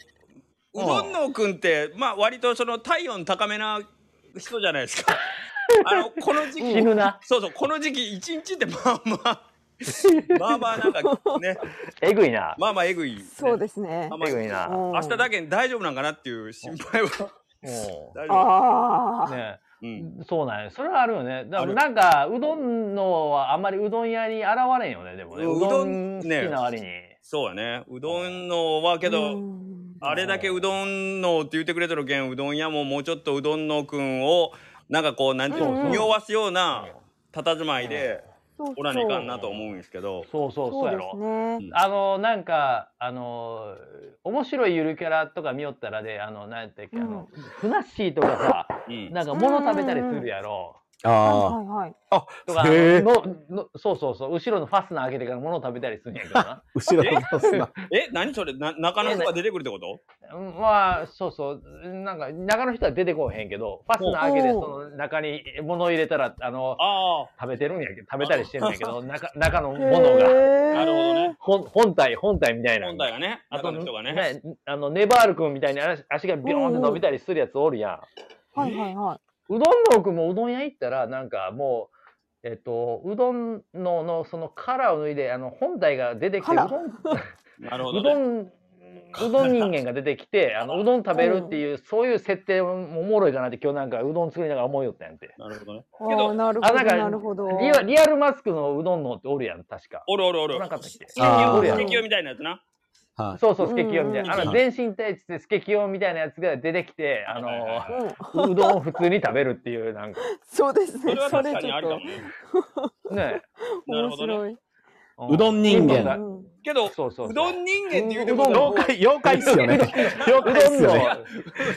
S2: う
S3: ー、
S2: ん
S3: うどんのくんって、まあ割とその体温高めな人じゃないです か。あの、この時期、
S2: 死ぬな
S3: そうそう、この時期一日ってまあま あ、まあまあなんかね、
S2: えぐいな
S3: まあまあえぐい、
S4: そうですね
S3: まあ。まあ
S2: えぐいな
S4: 明
S3: 明日だけに大丈夫なんかなっていう心配は
S2: も
S3: 大丈
S4: あ
S2: う
S4: あ、
S2: ね
S3: 夫。うん。
S2: そうなんやそれはあるよねだ
S3: あ
S2: から
S3: る
S2: なんかうどんのはあんまりうどん屋に現れんよねでもね
S3: う
S2: う
S3: ど
S2: ど
S3: ん
S2: ん
S3: ね
S2: 好きな割に
S3: そうやね。うどんのはけど、
S4: うん
S3: あれだけうどんのって言ってくれてるけんうどん屋ももうちょっとうどんのくんをなんかこうなんていう
S4: うん
S3: の
S4: うん
S3: 匂わすような佇まいで
S4: そう
S3: おらねえかんなと思うんですけど
S2: そうそうそ
S4: そ
S2: う
S4: う
S2: や
S4: で
S2: ろ
S4: すね。
S2: あのなんかあの面白いゆるキャラとか見よったらであのなんやったっけ、あのふなっしーとかさ
S3: うん
S2: なんか物食べたりするやろ、
S1: あ
S4: はいはいはい。
S2: とか、
S1: あ。へえ。
S2: ののそうそうそう、後ろのファスナー開けてから物を食べたりするんやけどな。
S1: 後ろのバスな。
S3: え何それな中の人が出てくるってこと
S2: うんまあ、そうそう、なんか、中の人は出てこうへんけど、ファスナー開けて、
S4: おう
S2: その中に物を入れたら、あの、
S3: あ
S2: 食べてるんやけど、食べたりしてるんやけど、中、中の
S4: へー
S2: 物が、
S3: あなるほどね。
S2: 本本体、本体みたいな。
S3: 本体がね
S2: あ
S3: 中
S2: と
S3: の人がね
S2: ね、あの、ネバール君みたいに足足がビヨーンって伸びたりするやつおるやん。
S4: はいはいは
S2: うどんの奥もうどん屋行ったら、なんかもう、えっと、うどんの、の、その殻を脱いで、あの、本体が出てきて、うど
S4: 殻
S2: ん、
S3: なるほど
S2: うど
S3: ね
S2: ん、うどん人間が出てきて、あのうどん食べるっていう、そういう設定もおもろいかなって、今日なんかうどん作りながら思いよったんやんて。
S3: なるほどね
S4: い。
S3: けど
S4: ああ、なるほ
S2: あ
S4: ど。
S2: なんか
S4: なるほど。
S2: リアリアルマスクのうどんのっておるやん、確か。
S3: おるおるおる
S2: おらんかったっけ
S1: あー
S2: おるや
S3: 地
S2: ん。
S3: 球みたいなやつな
S1: はい。
S2: そうそう、スケキヨみたいな。
S4: うん
S2: あの、
S1: は
S2: 全身体質でスケキヨみたいなやつが出てきて、
S3: は
S2: あ
S3: いはいは
S2: の、
S4: うん、
S2: うどんを普通に食べるっていう、なんか、
S4: そうです
S3: そ
S4: ね
S3: れは。
S4: そ
S3: 確
S4: れ
S3: か
S4: ち
S3: に
S4: ょ
S3: あ
S4: っ
S3: りかも
S4: と
S3: ね
S2: ね。
S3: なる
S4: 面
S3: ほど
S4: 白い。
S1: うどん人
S2: う
S1: 間
S2: ん。
S4: うん
S3: けど、
S2: そうそうそう
S3: うどん人間って言うて
S2: うど
S3: も、
S2: ん
S1: 妖怪、妖怪っすよね。妖怪っすよね。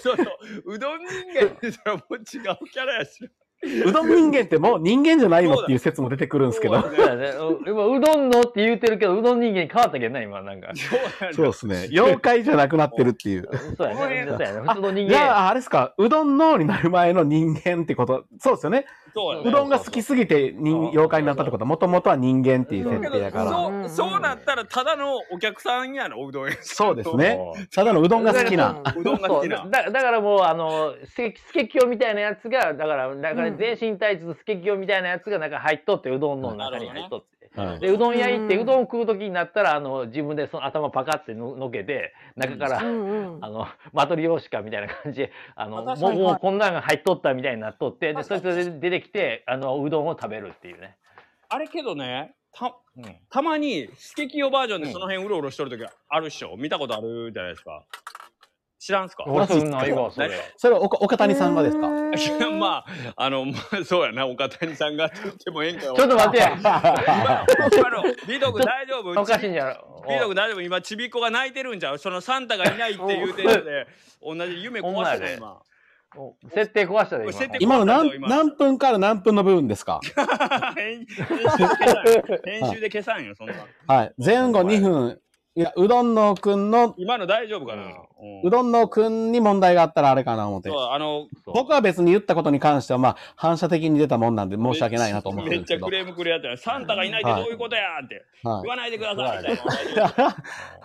S3: そうそう、うどん人間って言ったらもう違うキャラやし。
S1: うどん人間ってもう人間じゃないのっていう説も出てくるんですけど。
S3: そう
S2: そうだね。う今うどんのって言うてるけど、うどん人間に変わったけどな、今、なんか。
S3: そう
S1: そうですね。妖怪じゃなくなってるっていう。
S2: そうやね。そうやね。普通の人
S1: じ
S2: 間。
S1: ゃあ、あれですか、うどん脳になる前の人間ってこと、そうですよね。
S3: そう
S1: う
S3: や
S1: ど
S3: ね
S1: んが好きすぎて人
S2: そうそう
S1: 妖怪になったってことは、もともとは人間っていう
S2: そう
S1: 設定やか
S4: だ
S1: ら。
S3: そうそうなったらただのお客さんやのうどん屋
S1: そうです
S2: そう
S1: ね。ただのうどんが好きな。
S3: うどんが好き
S2: そ
S3: な
S2: うだだからもうあのスケスケキヨみたいなやつがだからだから
S4: うん
S2: 全身タイツとスケキヨみたいなやつが中入っとってうどんの中に入っとって、
S1: はい
S2: でうどん屋行って
S4: うん
S2: うどん食う時になったらあの自分でその頭パカってののけて中から、
S4: うんうん
S2: あのマトリオシカみたいな感じであの
S4: あ確
S2: も
S4: か
S2: う
S4: に
S2: も
S4: は
S2: う
S4: い
S2: こんなんが入っとったみたいになっとってで
S3: 確
S2: そ
S3: か
S2: い
S3: に
S2: つで出てきてあのうどんを食べるっていうね。
S3: あれけどねたたまにスケキヨバージョンでその辺うろうろしとる時あるっしょ見たことあるじゃないですか知らんすか
S2: 俺そんなん言わそれ。
S1: それはおか岡谷さんがですか
S4: へー
S3: いや まああの、まあ、そうやな岡谷さんがとってもええんかよ
S2: ちょっと待って、
S3: あのビート君大丈夫
S2: おかしいんじゃろ。
S3: ビート君大丈夫今ちびっこが泣いてるんじゃうそのサンタがいないって言うてるんで同じ夢壊してた今
S2: お設定壊したで今。
S3: 設定
S1: 今の何
S3: 今
S1: 何分から何分の部分ですか
S3: 編集で消さんよ編集で消さんよそんなん
S1: はい。前後2分。いや、うどんのくんの、
S3: 今の大丈夫かな、うん
S1: うどんのくんに問題があったらあれかな思って
S3: そう。あの
S2: そう
S1: 僕は別に言ったことに関しては、まあ、反射的に出たもんなんで申し訳ないなと思って
S3: め
S1: るん
S3: っ
S1: で
S3: ち
S1: すけ
S3: ゃ
S1: ど
S3: ク。レームくれやったよサンタがいないってどういうことやーって
S1: は
S3: 言
S1: い
S3: わないでくださいみたいな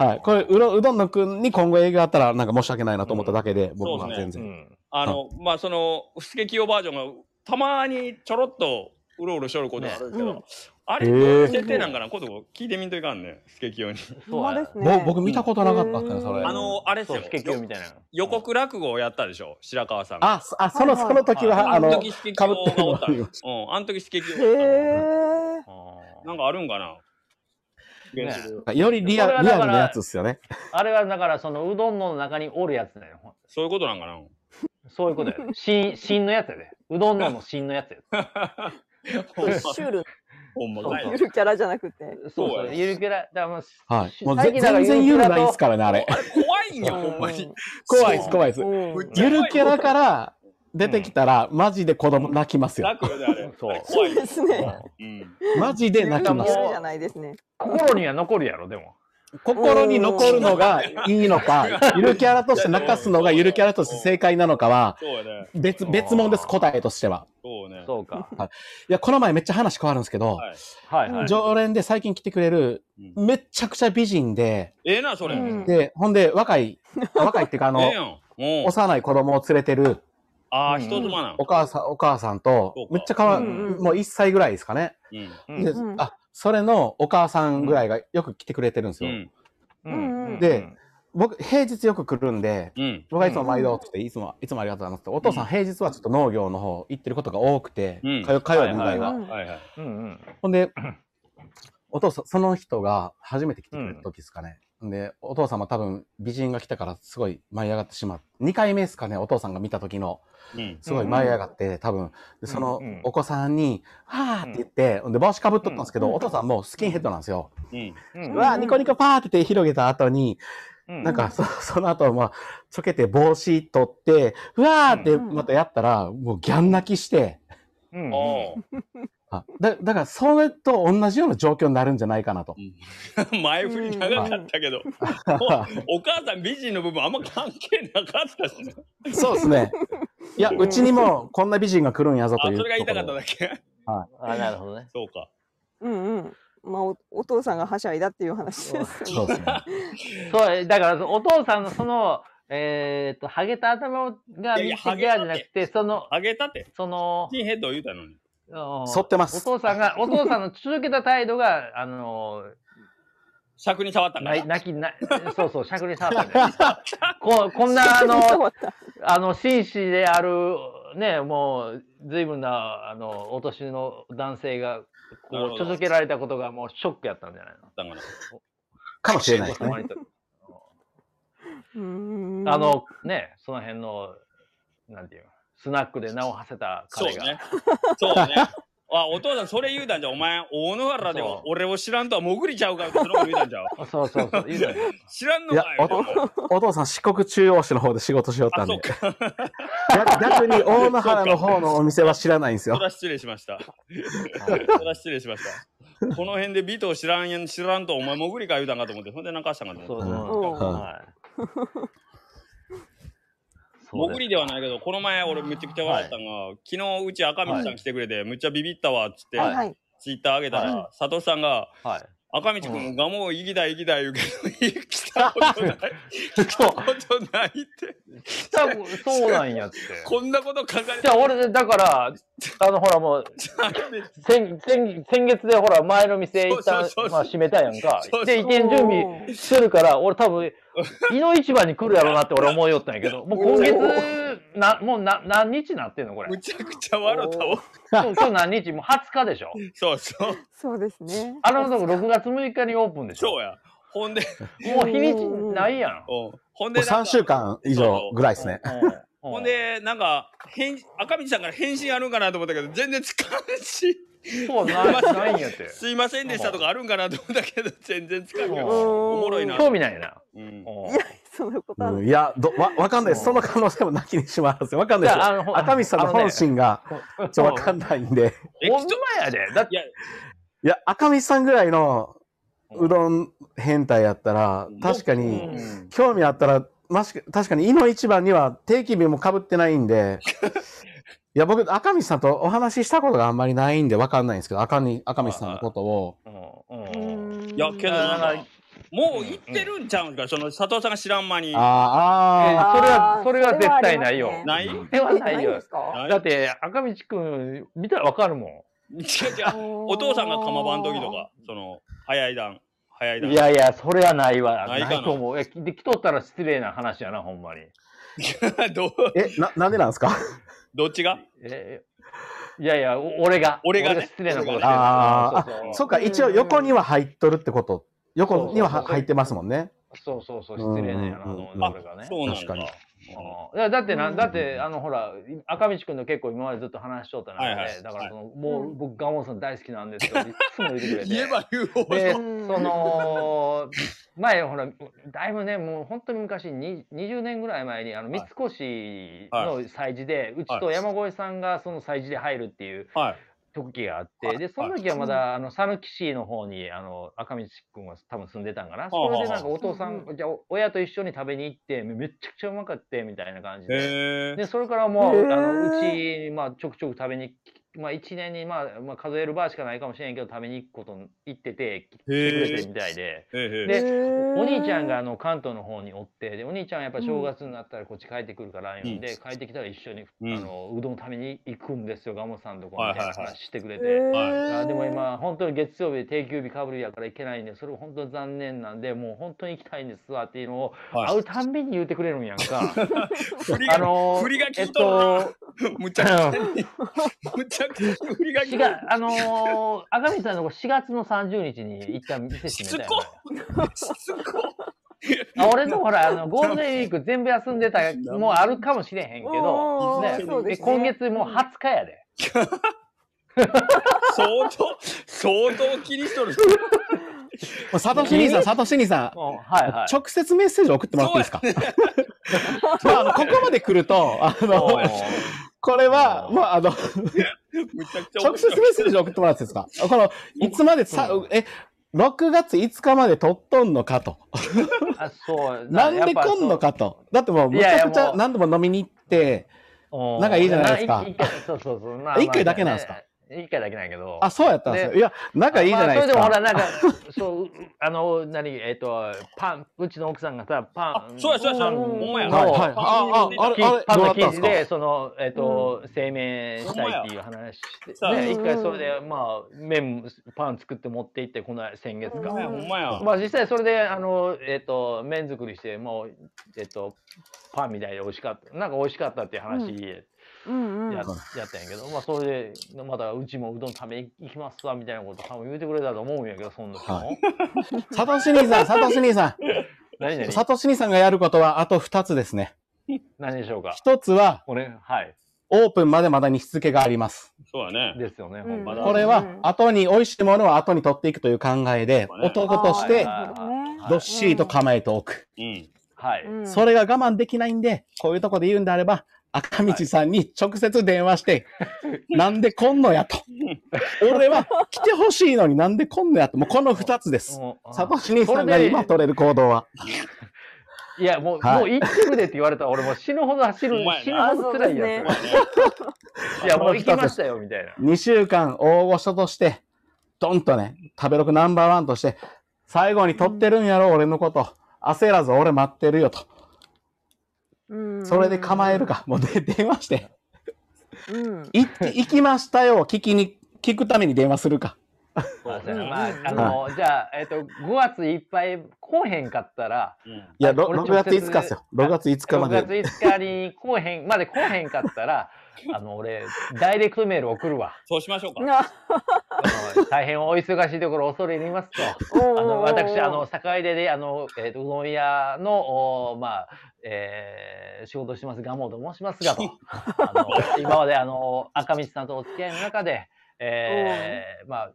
S1: はい。これ、うどうどんのくんに今後営業あったら、なんか申し訳ないなと思っただけで、僕は
S3: そうです
S1: 全
S3: ね
S2: う
S1: 然。
S2: ん
S3: あのまあそのスケキヨバージョンがたまにちょろっとうろうろしとることがあるけど、
S4: ね
S3: あ
S1: へ
S3: れ
S1: ー
S3: どういう設定なんかな今度聞いてみんといかんねスケキヨに
S4: ほんまです
S1: も
S4: ね
S1: う僕見たことなかったですね、それ。
S3: あのあれっす
S2: そう
S3: よ
S2: スケキヨみたいな。
S3: 予告落語をやったでしょ白川さんが
S1: あ、そあその、
S4: はいは
S1: そ
S4: い
S1: の時は、
S3: あ
S1: あの、
S3: の時スケキヨがおったの
S1: 被
S3: よ
S1: っ
S3: うんあの時スケキヨがおったのよ
S4: へえ
S2: あ
S3: なんかあるんかな
S2: ね
S1: よりリア
S2: これは
S1: リ
S2: だ
S1: ア
S2: から
S1: ルなやつですよね。
S2: あれはだからそのうどんの中におるやつだよ。
S3: そういうことなんかな
S2: そういうこと や。芯芯のやつやで。うどんのの芯のやつやで。
S3: ほんま
S4: シュール
S3: ほんま
S2: そう
S3: か
S2: そ
S3: いう
S4: ゆるキャラじゃなくて
S3: そ
S2: そう
S3: う
S2: そ
S3: や
S2: う。ゆるキャラ。だからもう
S1: はい。もう
S2: さっ
S1: ぜ
S2: きだか
S1: 全
S2: ら
S1: 然ゆるないですからね、あれ。
S3: あれ怖いんや
S4: うん
S3: ほんまに
S1: 怖いです、怖いで す。
S4: うん
S3: むっちゃ
S1: ゆるキャラから出てきたら、マジで子供泣きますよ。
S3: 楽よねあれ
S2: そう
S3: あれ怖いよ
S4: ですね
S3: うん
S1: マジで泣きま
S4: ゆ
S1: す
S2: も。
S4: るじゃないですね
S2: 心には残るやろでも。
S1: 心に残るのがいいのか、ゆるキャラとして泣かすのがゆるキャラとして正解なのかは、
S3: そうやね
S1: 別、別物です、答えとしては。
S3: そうね
S2: そ うか。
S1: いや、この前めっちゃ話変わるんですけ
S3: は
S1: ど、
S3: い
S2: はいはい。
S1: 常連で最近来てくれる、めっちゃくちゃ美人で、
S3: ええなそれ
S4: うん
S3: え
S1: で、ほんで、若い、若いっていうか、あ
S3: え
S1: の
S3: や、んうん
S1: 幼い子供を連れてる
S3: ああ人妻なん
S1: お母さん、お母さんと
S3: そう、か
S1: めっちゃかわい、
S4: うんうん
S1: もう1歳ぐらいですかね。
S3: うん
S2: うん
S1: で
S4: うん
S1: あ、それのお母さんぐらいがよく来てくれてるんです
S3: う
S1: よ。
S3: ん
S2: うんうん
S1: で僕、平日よく来るんで、
S3: うん
S1: 僕はいつも毎度って言って、いつも、いつもありがとうございますって、お父さん平日はちょっと農業の方行ってることが多くて、
S3: うん
S1: 通通う年代
S4: う
S1: が
S4: ん。
S3: はいはい
S2: うんうん
S1: ほんで、お父さん、その人が初めて来てくれた時ですかね。んで、お父さんも多分美人が来たからすごい舞い上がってしまう。2回目ですかね、お父さんが見た時の、
S3: うん
S1: すごい舞い上がって、多分、でその
S2: うんうん
S1: お子さんに、はーって言って、ほんで帽子かぶっとったんですけど、お父さんもうスキンヘッドなんですよ。
S3: うん
S2: うん
S1: うわー、ニコニコパーって手広げた後に、
S2: うん
S1: なんかそ、 その後、まあ、ちょけて帽子取って、うわーって
S4: うん
S1: またやったら、もうギャン泣きして、
S2: うん
S3: お
S1: あだだから、それと同じような状況になるんじゃないかなと。
S3: ー 前振り長かったけどお母さん美人の部分あんま関係なかったしね
S1: そうですね。いや、うちにもこんな美人が来るんやぞ
S3: あ
S1: と
S3: そ
S1: いう
S3: れ
S1: と
S3: が
S1: ころ。
S3: 言いたかっただけ
S2: あなるほどね。
S3: そうか
S4: うんうんまあおお父さんがはしゃいだっていう話です
S1: そうですね。
S2: そうだからお父さんのそのえっとハゲた頭が見せじゃなくてその
S3: あげたて
S2: その
S3: ピンヘッドを言うたのに
S2: 剃
S1: 剃ってます
S2: お父さんが、お父さんの続けた態度が、あの
S3: 尺に触った
S2: ー、
S3: んか
S2: な
S3: ら
S2: 泣きな、そうそう、しゃくり触ったんだよここんな、あ
S4: 終わ
S2: の、
S4: った
S2: あの、紳士である、ね、もう、随分な、あの、お年の男性が、
S3: なる
S2: こ
S3: ほ
S2: う、
S3: ど
S2: 続けられたことが、もう、ショックやったんじゃないの
S3: だから
S1: かもしれないですね。
S2: 割と
S4: うんうん
S2: あの、ね、その辺の、なんていうの、スナックで名を馳せた
S3: そう
S2: 彼
S3: ね
S2: が、。
S3: そうね。 あ、お父さん、それ言うたんじゃ、お前、大野原で
S2: そう
S3: は俺を知らんとは潜りちゃうからって、そのこと言うたんじゃう。
S2: そうそうそう。言うたよ
S3: 知らんの
S1: いや
S3: か、
S1: お
S3: よ。
S1: 父お父さん、四国中央市の方で仕事しよった
S3: あ、
S1: ん
S3: そう
S1: で、
S3: か。
S1: 逆逆に大野原の方のお店は知らないんです
S3: そ
S1: よ。
S3: ら失礼しました。そら失礼しました。この辺でビートを知らんやん、知らんと、お前潜りか言うたんかと思って、ほんでなんかしたんかと
S2: そう
S3: 思
S2: そう
S3: って。
S2: そう。
S1: うん
S2: はい。そう
S3: 潜
S2: す
S3: りではないけど、この前俺めちゃくちゃ笑ったんが、昨日うち赤道さん来てくれて、むっちゃビビったわっつって、
S2: はい
S4: はい
S3: ツイッター上げたら、佐藤さんが、
S2: はい。
S3: 赤道くん、ガモ行きたい行きたい言うけど、来たことない。来たことないって。
S2: 来たこそうなんやって。
S3: こんなこと書 かれ
S2: じ
S3: て
S2: ゃあ俺、だから、あの、ほらもう、
S3: たんで
S2: 先先先月でほら前の店一
S3: そ
S2: 旦
S3: うそうそう
S2: まあ閉めたやんか
S3: そうそう
S2: で移転準備
S4: 備
S2: するから俺多分井の市場に来るやろうなって俺思いよったんや けどもう今月
S4: お
S2: なもうな何日なってんのこ れ
S3: むちゃくちゃ笑ったわ。
S2: 今日今日何日もう20日でしょ
S3: そうそう。
S4: そうですね
S2: あのとこ6月6日にオープンでしょ
S3: そうや。ほんで、
S2: もう日にちないやん
S3: うんほん
S1: も
S3: で
S1: う
S3: なんか
S1: 3週間以上ぐらいですね。
S2: うんうん
S3: ほんで、なんか、返赤道さんから返信あるんかなと思ったけど、全然つかんし、
S2: そうないないんやって
S3: すいませんでしたとかあるんかなと思ったけど、全然つかんか
S2: う
S3: ら
S2: ん。
S3: おもろいな
S2: 興味ないな
S3: うん
S2: うん
S4: いやそのことは
S1: うんいやどわ、わかんないです。そ
S2: そ
S1: うの可能性もなきにしもあらず。わかん
S2: じ
S1: ないです
S2: ゃあ
S1: よ。
S2: あの
S1: 赤道さんの本心が
S2: あのね
S1: ちょっとわかんないんで。
S3: え
S2: ほんまやでだって
S3: いや、
S1: いや、赤道さんぐらいのうどん変態やったら、確か
S3: う
S1: に、
S3: ん
S1: 興味あったら、まし確かに、井の一番には定期日もかぶってないんで、いや、僕、赤道さんとお話ししたことがあんまりないんで、わかんないんですけど、赤に赤道さんのことを。
S2: うん
S4: う
S2: うん
S4: ん
S3: いやけどな
S2: あなんん
S3: か
S2: か
S3: もう行ってるんちゃうんか、その佐藤さんが知らん間に。
S1: あーあ
S2: それは
S4: あー
S2: それは絶対ないよ
S4: それはありま
S3: ない
S2: では
S4: え
S2: ない
S4: ないん
S2: よ
S4: です。か
S3: ない
S2: だって赤道くん見たらわかるも
S3: 違う違う。 お父さんが釜場の時とか、その、早い段、早い
S2: ん。
S3: 段。
S2: いやいや、それはないわ。
S3: ない
S2: な
S3: か
S2: い
S3: な
S2: と思う。え、で、来とったら失礼な話やな、ほんまに。
S3: どう、
S1: ー、え、な、なんでなんですか
S3: どっちが
S2: え、いやいや、お俺が。
S3: 俺がね
S2: 失礼なことしてる
S1: あ
S2: うん
S1: そ
S2: そう
S1: っか、一応横には入っとるってこと。横には
S2: そうそうそう
S1: 入ってますもんね。
S2: そうそうそうそう、失礼なやなと
S1: う
S2: 思
S1: ん
S2: う
S1: うんうん
S2: ね、俺がね。
S3: そうなん
S1: 確かに
S3: だ。
S2: うんいやだってな、
S4: うん
S2: だって、あの、ほら、赤道くんと結構今までずっと話しとった中で、
S3: はいはい
S2: だからその、
S4: う
S2: も
S4: ん
S2: う僕、ガモンさん大好きなんですけど、いつも言ってくれて。
S3: 言えば言うほど。
S2: で、
S4: うん
S2: その、前、ほら、だいぶね、もう本当に昔、に20年ぐらい前に、あの、
S3: は
S2: 三
S3: い
S2: 越の催事で、うちと山越さんがその催事で入るっていう
S3: はい。
S2: 時があっ
S3: はい
S2: て、で、その時はまだ、あの、讃岐市の方に、あの、赤道くんは多分住んでたんかな。それでなんかお父さん
S4: う、
S2: じゃあお親と一緒に食べに行って、めちゃくちゃうまかった、みたいな感じで。
S3: へえ。
S2: でそれからもう、
S4: へー
S2: あのうちに、まあ、ちょくちょく食べに、まあ、1年に、まあまあ、数えるバーしかないかもしれんけど食べに行くことに行ってて来てくれてみたいで。
S3: へえ。
S2: で
S4: お
S2: お兄ちゃんがあの関東の方におってでお兄ちゃんはやっぱ正月になったらこっち帰ってくるから呼んで、帰ってきたら一緒に、
S3: うん
S2: あのうどん食べに行くんですよガモさんとこ
S3: はい
S2: み
S3: はいは
S2: た
S3: い
S2: いな話してくれて、
S3: は
S2: あでも今本当に月曜日で定休日かぶりやから行けないんでそれ本当に残念なんでもう本当に行きたいんですわっていうのを
S3: は
S2: 会
S3: い。
S2: うたんびに言うてくれるんやんか。
S3: 振り
S2: あ
S3: が、
S2: の
S3: 振りが効
S2: え
S3: い
S2: っ
S3: とるな
S2: と
S3: むちゃくちゃに、むちゃくちゃに振りが効い
S2: 違
S3: と
S2: う
S3: る。、
S2: あのー、赤道さんのとこ4月の30日に一旦店
S3: し
S2: 閉
S3: つ
S2: めた
S3: こ
S2: よ、
S3: しつこ
S2: あ俺のほら、あ の、ゴールデンウィーク全部休んでた、もうあるかもしれへんけど、
S4: おー
S2: ね
S4: そう
S2: で
S4: ですね
S2: 今月もう20日やで。
S3: 相当、相当気にしとる。
S1: もうサトシ兄さん、サトシ兄さん、
S2: うんはいはい。
S1: 直接メッセージ送ってもらっていいですか、 まあ、あの、ここまで来ると、あ
S2: お
S1: の、
S2: ー
S1: これは、
S2: うん
S1: まあ、あの、
S3: むちゃくちゃ
S1: 直接メッセージ送ってもらっていいですかこの、いつまでさ、
S2: うん
S1: え、6月5日まで撮っとんのかと。
S2: あ、そ う。
S1: なんで来んのかと。だってもう、むちゃく
S2: い
S1: ち
S2: やい
S1: ゃ
S2: やもう
S1: 何度も飲みに行って、
S2: う
S1: 仲いいじゃないですか
S2: 一回そうそうそう。まあ
S1: 一回だけなんですか
S2: まあね一回だけなんやけど。
S1: あ、そうやったんですよ。
S2: で
S1: いや、仲いいじゃないですか。
S2: まあそれでもほら、なんか、 そう、あの、何、えっと、パン、うちの奥さんがさ、パン。
S3: そうやそうやそうや
S2: パン
S3: ほんまや
S1: はいはい。
S2: の
S1: あ、あ、あれ、あれ、
S2: パン
S1: どうだ
S2: の
S1: ったん
S2: 記
S1: です
S2: 事
S1: か
S2: で、その、えっ、と、声明したいっていう話して、
S3: ほんまや
S2: ね、
S4: そ
S2: 一
S4: う
S2: 回それで、まあ、麺、パン作って持って行って、この先月
S3: ほんまや、
S2: か。
S3: ほんまや。
S2: まあ、実際それで、あの、えっ、と、麺作りして、もう、えっ、と、パンみたいで美味しかった、なんか美味しかったっていう話
S4: う
S2: や、
S4: うんうん
S2: やったんやけど、まあ、それで、またうちもうどん食べ行きますわ、みたいなこと多分言うてくれたと思うんやけど、そんな
S1: はサトシ兄さん、サトシ兄さ
S2: 何
S1: ん。
S2: 々
S1: サトシ兄さんがやることは、あと2つですね。
S2: 何でしょうか
S1: 1つは、
S2: これ、はい。
S1: オープンまでまだ日付があります。
S3: そうだね。
S2: ですよね、
S4: うん
S2: ほんまだ
S1: これ
S4: うん
S1: は、後に、美味しいものは後に取っていくという考えで、
S3: そうね
S1: 男として
S4: あ、ーなるほどね
S1: どっしりと構えておく。
S3: うん。
S2: はい、
S4: うん
S1: それが我慢できないんで、こういうとこで言うんであれば、赤道さんに直接電話して、なんでこんのやと。俺は来てほしいのになんでこんのやと。もうこの二つです。
S2: もう
S1: サトシ兄さんが今取れる行動は。
S2: いやもう、
S1: はい
S2: もう行ってくれって言われたら俺もう死ぬほど走る
S3: お前な
S2: 死ぬほど辛いやつ、
S4: あそ
S3: まあね
S2: いやもう行きましたよみたいな
S1: 2週間大御所として、ドンとね、食べログナンバーワンとして、最後に取ってるんやろ、俺のこと。焦らず俺待ってるよと。
S4: うん
S1: それで構える。か。もうで電話して。
S4: うん。
S1: 行って行きましたよ。聞きに、聞くために電話するか。
S2: まあ
S3: そうだね
S2: まああのじゃあ、えっと5月いっぱい来へんかったら
S3: うん
S1: いや、
S2: はい
S1: ろ
S2: 俺直
S1: 6月
S2: 接
S1: 5日ですよ。6月5日ま
S2: 6
S1: で。
S2: 月5日に来へんまで来へんかっ たらあの俺ダイレクトメール送るわ
S3: そうしましょうか。
S4: な
S2: あの大変お忙しいところ恐れ入りますと。あの私あの、坂出であの、えー、とうどん屋のおーまあ、えー仕事をしてますガモと申しますがとあの今まであの赤道さんとお付き合いの中で、えーまあ、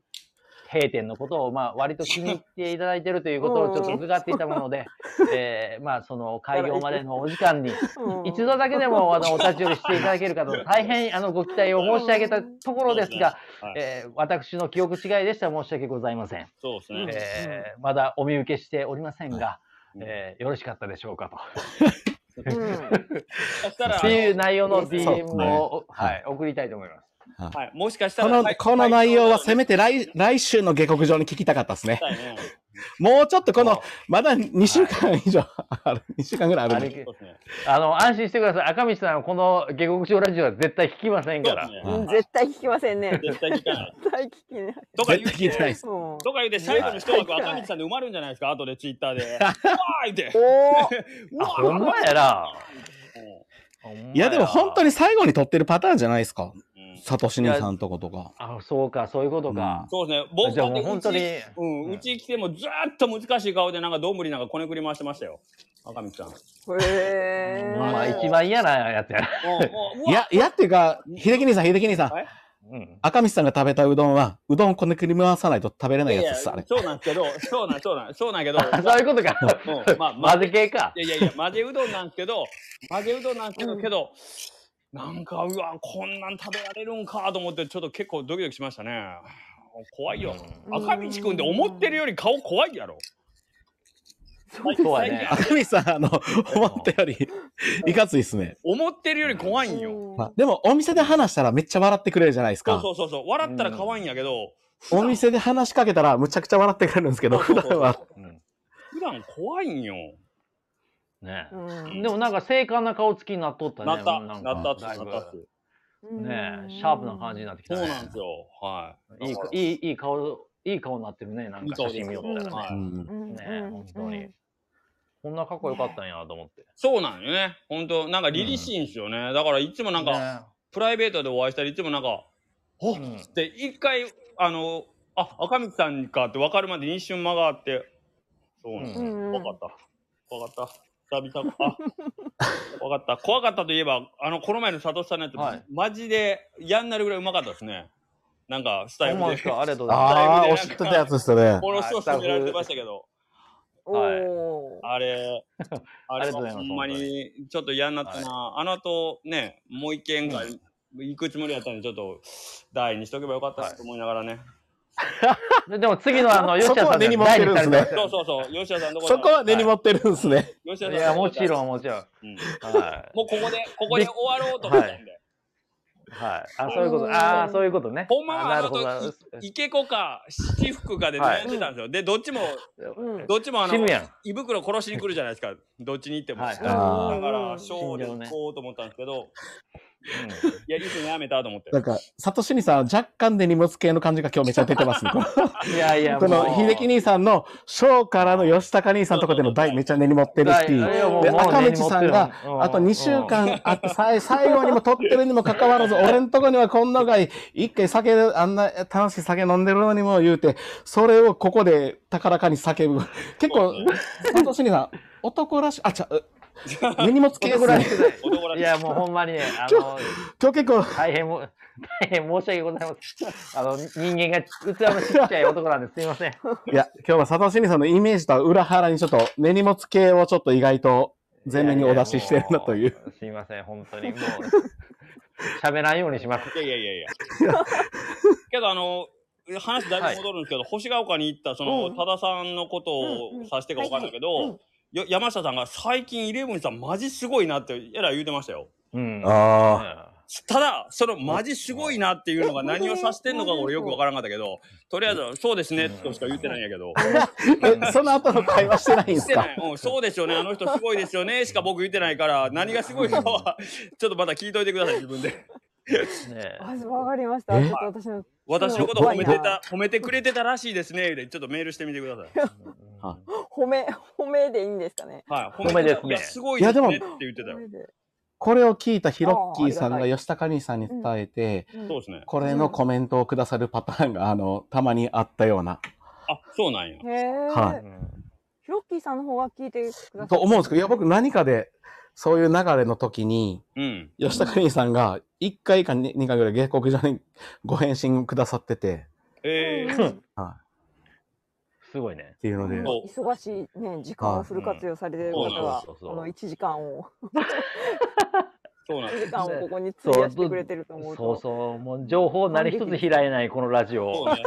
S2: 閉店のことを、まあ、割と気に入っていただいてるということをちょっと伺っていたもので、えーまあ、その開業までのお時間に
S4: うん
S2: 一度だけでもあのお立ち寄りしていただけるかと大変あのご期待を申し上げたところですが、
S3: はい
S2: えー私の記憶違いでしたら申し訳ございません。
S3: そうです
S4: うん
S3: ね。
S2: えーまだお見受けしておりませんが、
S3: うん
S2: えーよろしかったでしょうかと。
S4: うん
S3: そしたら、
S2: っていう内容の
S4: そうです
S2: DM
S1: ね
S2: を、はい、送りたいと思います。
S3: はい、もしかした
S1: こ
S3: ら、
S1: の、
S3: はい
S1: この内容はせめて
S3: はい
S1: 来、来週の下克上に聞きたかったですね。
S3: そうね
S1: もうちょっとこの、まだ2週間以上、ある2週間ぐらいあるん
S2: あ
S1: で
S2: れ
S3: そうですね
S2: あの安心してください。赤道さんはこの下克上ラジオは絶対聞きません
S3: そう
S2: か
S3: で
S2: ら
S3: す。ね
S1: うん
S4: 絶対聞きませんね。
S3: 絶対聞かない。
S4: 絶対聞きない。
S3: とか言
S1: 絶
S3: う
S1: 対聞いてないです。
S4: うんお
S3: とか言うて、最後の一枠、赤道さんで埋まるんじゃないですか、後でツイッターで。うわー言うて。
S4: ー
S3: う
S2: あ、
S3: わ
S2: ほんまやな。ほんま
S1: いや、でも本当
S2: に。
S1: に最後に取ってるパターンじゃないですか。
S3: うん
S1: サトシ兄さんとことか。
S2: あ、そうか、そういうことか。
S3: そうですね。僕
S2: じゃあもう本当に
S3: だってうちうん、うち来てもずーっと難しい顔で、なんか、どんぶりなんかこねくり回してましたよ。赤道さん。も
S4: へ
S2: ほ
S4: ー
S2: んまあ、一番嫌なやつやな。
S3: う、もう、うわ
S1: いや、いやっていうか、秀樹兄さん、秀樹兄さん
S3: はい、
S2: うん。
S1: 赤道さんが食べたうどんは、うどんをこねくり回さないと食べれないやつです、あれ。
S3: そうなんですけど、そうなん、そうなん、そうなんやけど、
S2: あそういうことか。
S3: うんまあまあ
S2: 混ぜ系か。
S3: いやいやいや、混ぜうどんなんですけど、混ぜうどんなんですけど、けど、なんか、うわ、こんなん食べられるんかと思って、ちょっと結構ドキドキしましたね。怖いよ。
S2: う
S3: 赤道くんって思ってるより顔怖いやろ。
S2: んそうやね。
S1: 赤道さん、あの、思ったより、いかついっすね。
S3: 思ってるより怖いんよ。
S4: うん
S1: でも、お店で話したらめっちゃ笑ってくれるじゃないです
S3: そう
S1: か
S3: そ。うそうそう、笑ったら可愛いんやけど、
S1: お店で話しかけたら、むちゃくちゃ笑ってくれるんですけど、
S3: そうそう
S1: 普
S3: そう
S1: 段は。
S2: うん
S3: 普段怖いんよ。
S2: ねえ
S4: うん
S2: でもなんか精悍な顔つきになっとったね。
S3: なった、
S2: な
S3: な
S2: んか
S3: ったっす、
S2: だい
S3: な
S2: ぶ
S3: ったっす。
S2: ねえシャープな感じになってき
S3: そ
S2: た、
S3: う
S2: ね。
S3: なんですよ。はい。
S2: いい
S3: だから
S2: いいいい顔いい顔になってるね。なんか写真見よったら
S3: は
S2: ね。
S3: い
S1: うん
S4: うん
S2: ね
S4: う
S2: え
S4: ん
S2: 本当に。こんなかっこよかったんやと思って。
S3: そうなんよね。本当なんか凛々しいんですよね。だからいつもなんか、
S2: か、
S3: プライベートでお会いしたり、いつもなんか、
S2: う
S3: おっ
S2: ん
S3: つって、一回、あの、あ、赤道さんかって分かるまで一瞬間があって、そうなん
S4: う
S3: よ
S4: んうん
S3: 怖かった。怖かった。久々か。あ怖かった。怖かったといえば、あの、この前の佐藤さんのやつ、
S2: はい
S3: マジで嫌になるぐらいうまかったですね。なんか、スタイ
S2: ほ
S3: ル
S2: んま
S3: で
S2: です。かありがとうございます。
S1: ああ、おっしゃってたやつですよ ね。
S3: ものすごい勧められてましたけど、
S2: はい
S4: おー
S3: あ れ、あ
S2: あ
S3: れ
S2: りがとうご
S3: は
S2: ざ
S3: ほ
S2: います
S3: んまにちょっと嫌になったな。あの後、ね、もう一件が行くつもりやったんで、ちょっと、台にしとけばよかったなと思いながらね。
S2: ででも次のあの、吉
S1: そ
S2: 田
S1: こは
S2: さんの
S1: 根に持ってるんですね
S2: 第二弾
S3: そうそうそう、吉田さんのとこ
S1: そこは根に持ってるんですね。
S3: 吉田さん
S2: いや、もちろん、もちろん。
S3: うん。
S2: はい。
S3: もうここで、ここで終わろうと思ったんで。
S2: はい。あ、そういうこと。ああ、そういうことね。
S3: ほんまは
S2: あ
S3: あ
S2: なる
S3: の
S2: ほど。
S3: 時、池子か七福かで
S2: はい
S3: 悩んでたんですよ。で、どっちも、
S4: うん
S3: どっちもあ
S2: 死
S3: の
S2: ぬ、やん。
S3: 胃袋殺しに来るじゃないですか。どっちに行っても。
S2: はい
S3: だか
S1: あ
S4: ー
S3: ら、小で
S2: 死んじゃうね
S3: 行こうと思ったんですけど、いや、いつにやめたと思って。
S1: なんか、サトシ兄さん、若干で荷物系の感じが今日めっちゃ出てますね。
S2: うんいやいや、
S1: こ
S2: も
S1: の、
S2: う
S1: 秀樹兄さんの、翔からの吉高兄さんとこでの台めっちゃ根に持ってるし、
S2: はいあれはもう
S1: で
S2: もう
S1: 赤
S2: 根に
S1: 道
S2: 持ってる
S1: さんが
S2: う、ん
S1: あと2週間あって、さい最後にも撮ってるにもかかわらず、俺んとこにはこんながい、一回酒、あんな楽しい酒飲んでるのにも言うて、それをここで高らかに叫ぶ。結構、サトシ兄さん、男らしい、あ、ちゃう、根に持つ系ぐらい。
S3: 男らし
S2: いや、もうほんまにね、あの、
S1: 今日結構、
S2: 大変も、大変申し訳ございません。あの、人間が器のちっちゃい男なんですいません。
S1: いや、今日は佐藤慎二さんのイメージとは裏腹にちょっと根に持つ系をちょっと意外と前面にお出ししてるなという。
S2: すいません、本当にもう、喋らんようにします。
S3: いやいやい やいや。けどあの、話だいぶ戻るんですけど、星ヶ丘に行った、その、
S4: うん
S3: 多田さんのことを
S4: うんうん
S3: 指してか分かんないけ
S4: はいはい
S3: ど、よ山下さんが最近イレブンさんマジすごいなって、えらい言うてましたよ。
S2: うん。
S1: あ
S3: ただ、そのマジすごいなっていうのが何を指してんのか俺よく分からんかったけど、とりあえず、そうですねとしか言ってないんやけど。
S1: あ。え、その後の会話してないんで
S3: し
S1: す
S3: て
S1: か
S3: ない。うん、そうですよね。あの人すごいですよね。しか僕言ってないから、何がすごいかは、ちょっとまた聞いといてください、自分で。
S2: ね
S4: あわかりました。
S1: え
S4: ちょっと私の。
S3: 私のこと褒めて
S4: うわ
S3: た、褒めてくれてたらしいですね。でちょっとメールしてみてください。
S1: あ
S4: 褒め、褒めでいいんですかね。
S3: はい、
S2: 褒めですね
S3: すごいです
S1: いや
S3: ねっ
S1: で
S3: て言ってたよ
S4: 褒。めで
S1: これを聞いたヒロッキーさん
S4: あーあ
S1: が
S4: り
S1: 吉高兄さんに伝えて、
S4: うん
S3: そうですね。
S1: これのコメントをくださるパターンが、あの、たまにあったような、
S3: あ、そうなんや。
S4: へえ、
S1: は
S4: ヒロッキーさんの方は聞いてください。
S1: と思うんですけど、いや、僕何かで、そういう流れの時に、
S3: うん。
S1: 吉高兄さんが1回か2回ぐらい下克上にご返信くださってて、
S3: え
S4: う
S3: ー
S4: んうん
S1: はい。
S2: すごいね
S1: っ。ていうので、
S4: もう忙しいね、時間をフル活用されてる方
S2: は
S4: は、
S2: い
S4: こ
S2: うん
S4: の1時間を、
S3: そうなん
S4: 1
S3: や。
S4: 時間をここに費やしてくれてると思う
S2: そう
S4: と。
S2: そう、もう情報何一つ開えない、このラジオ。
S3: そうね。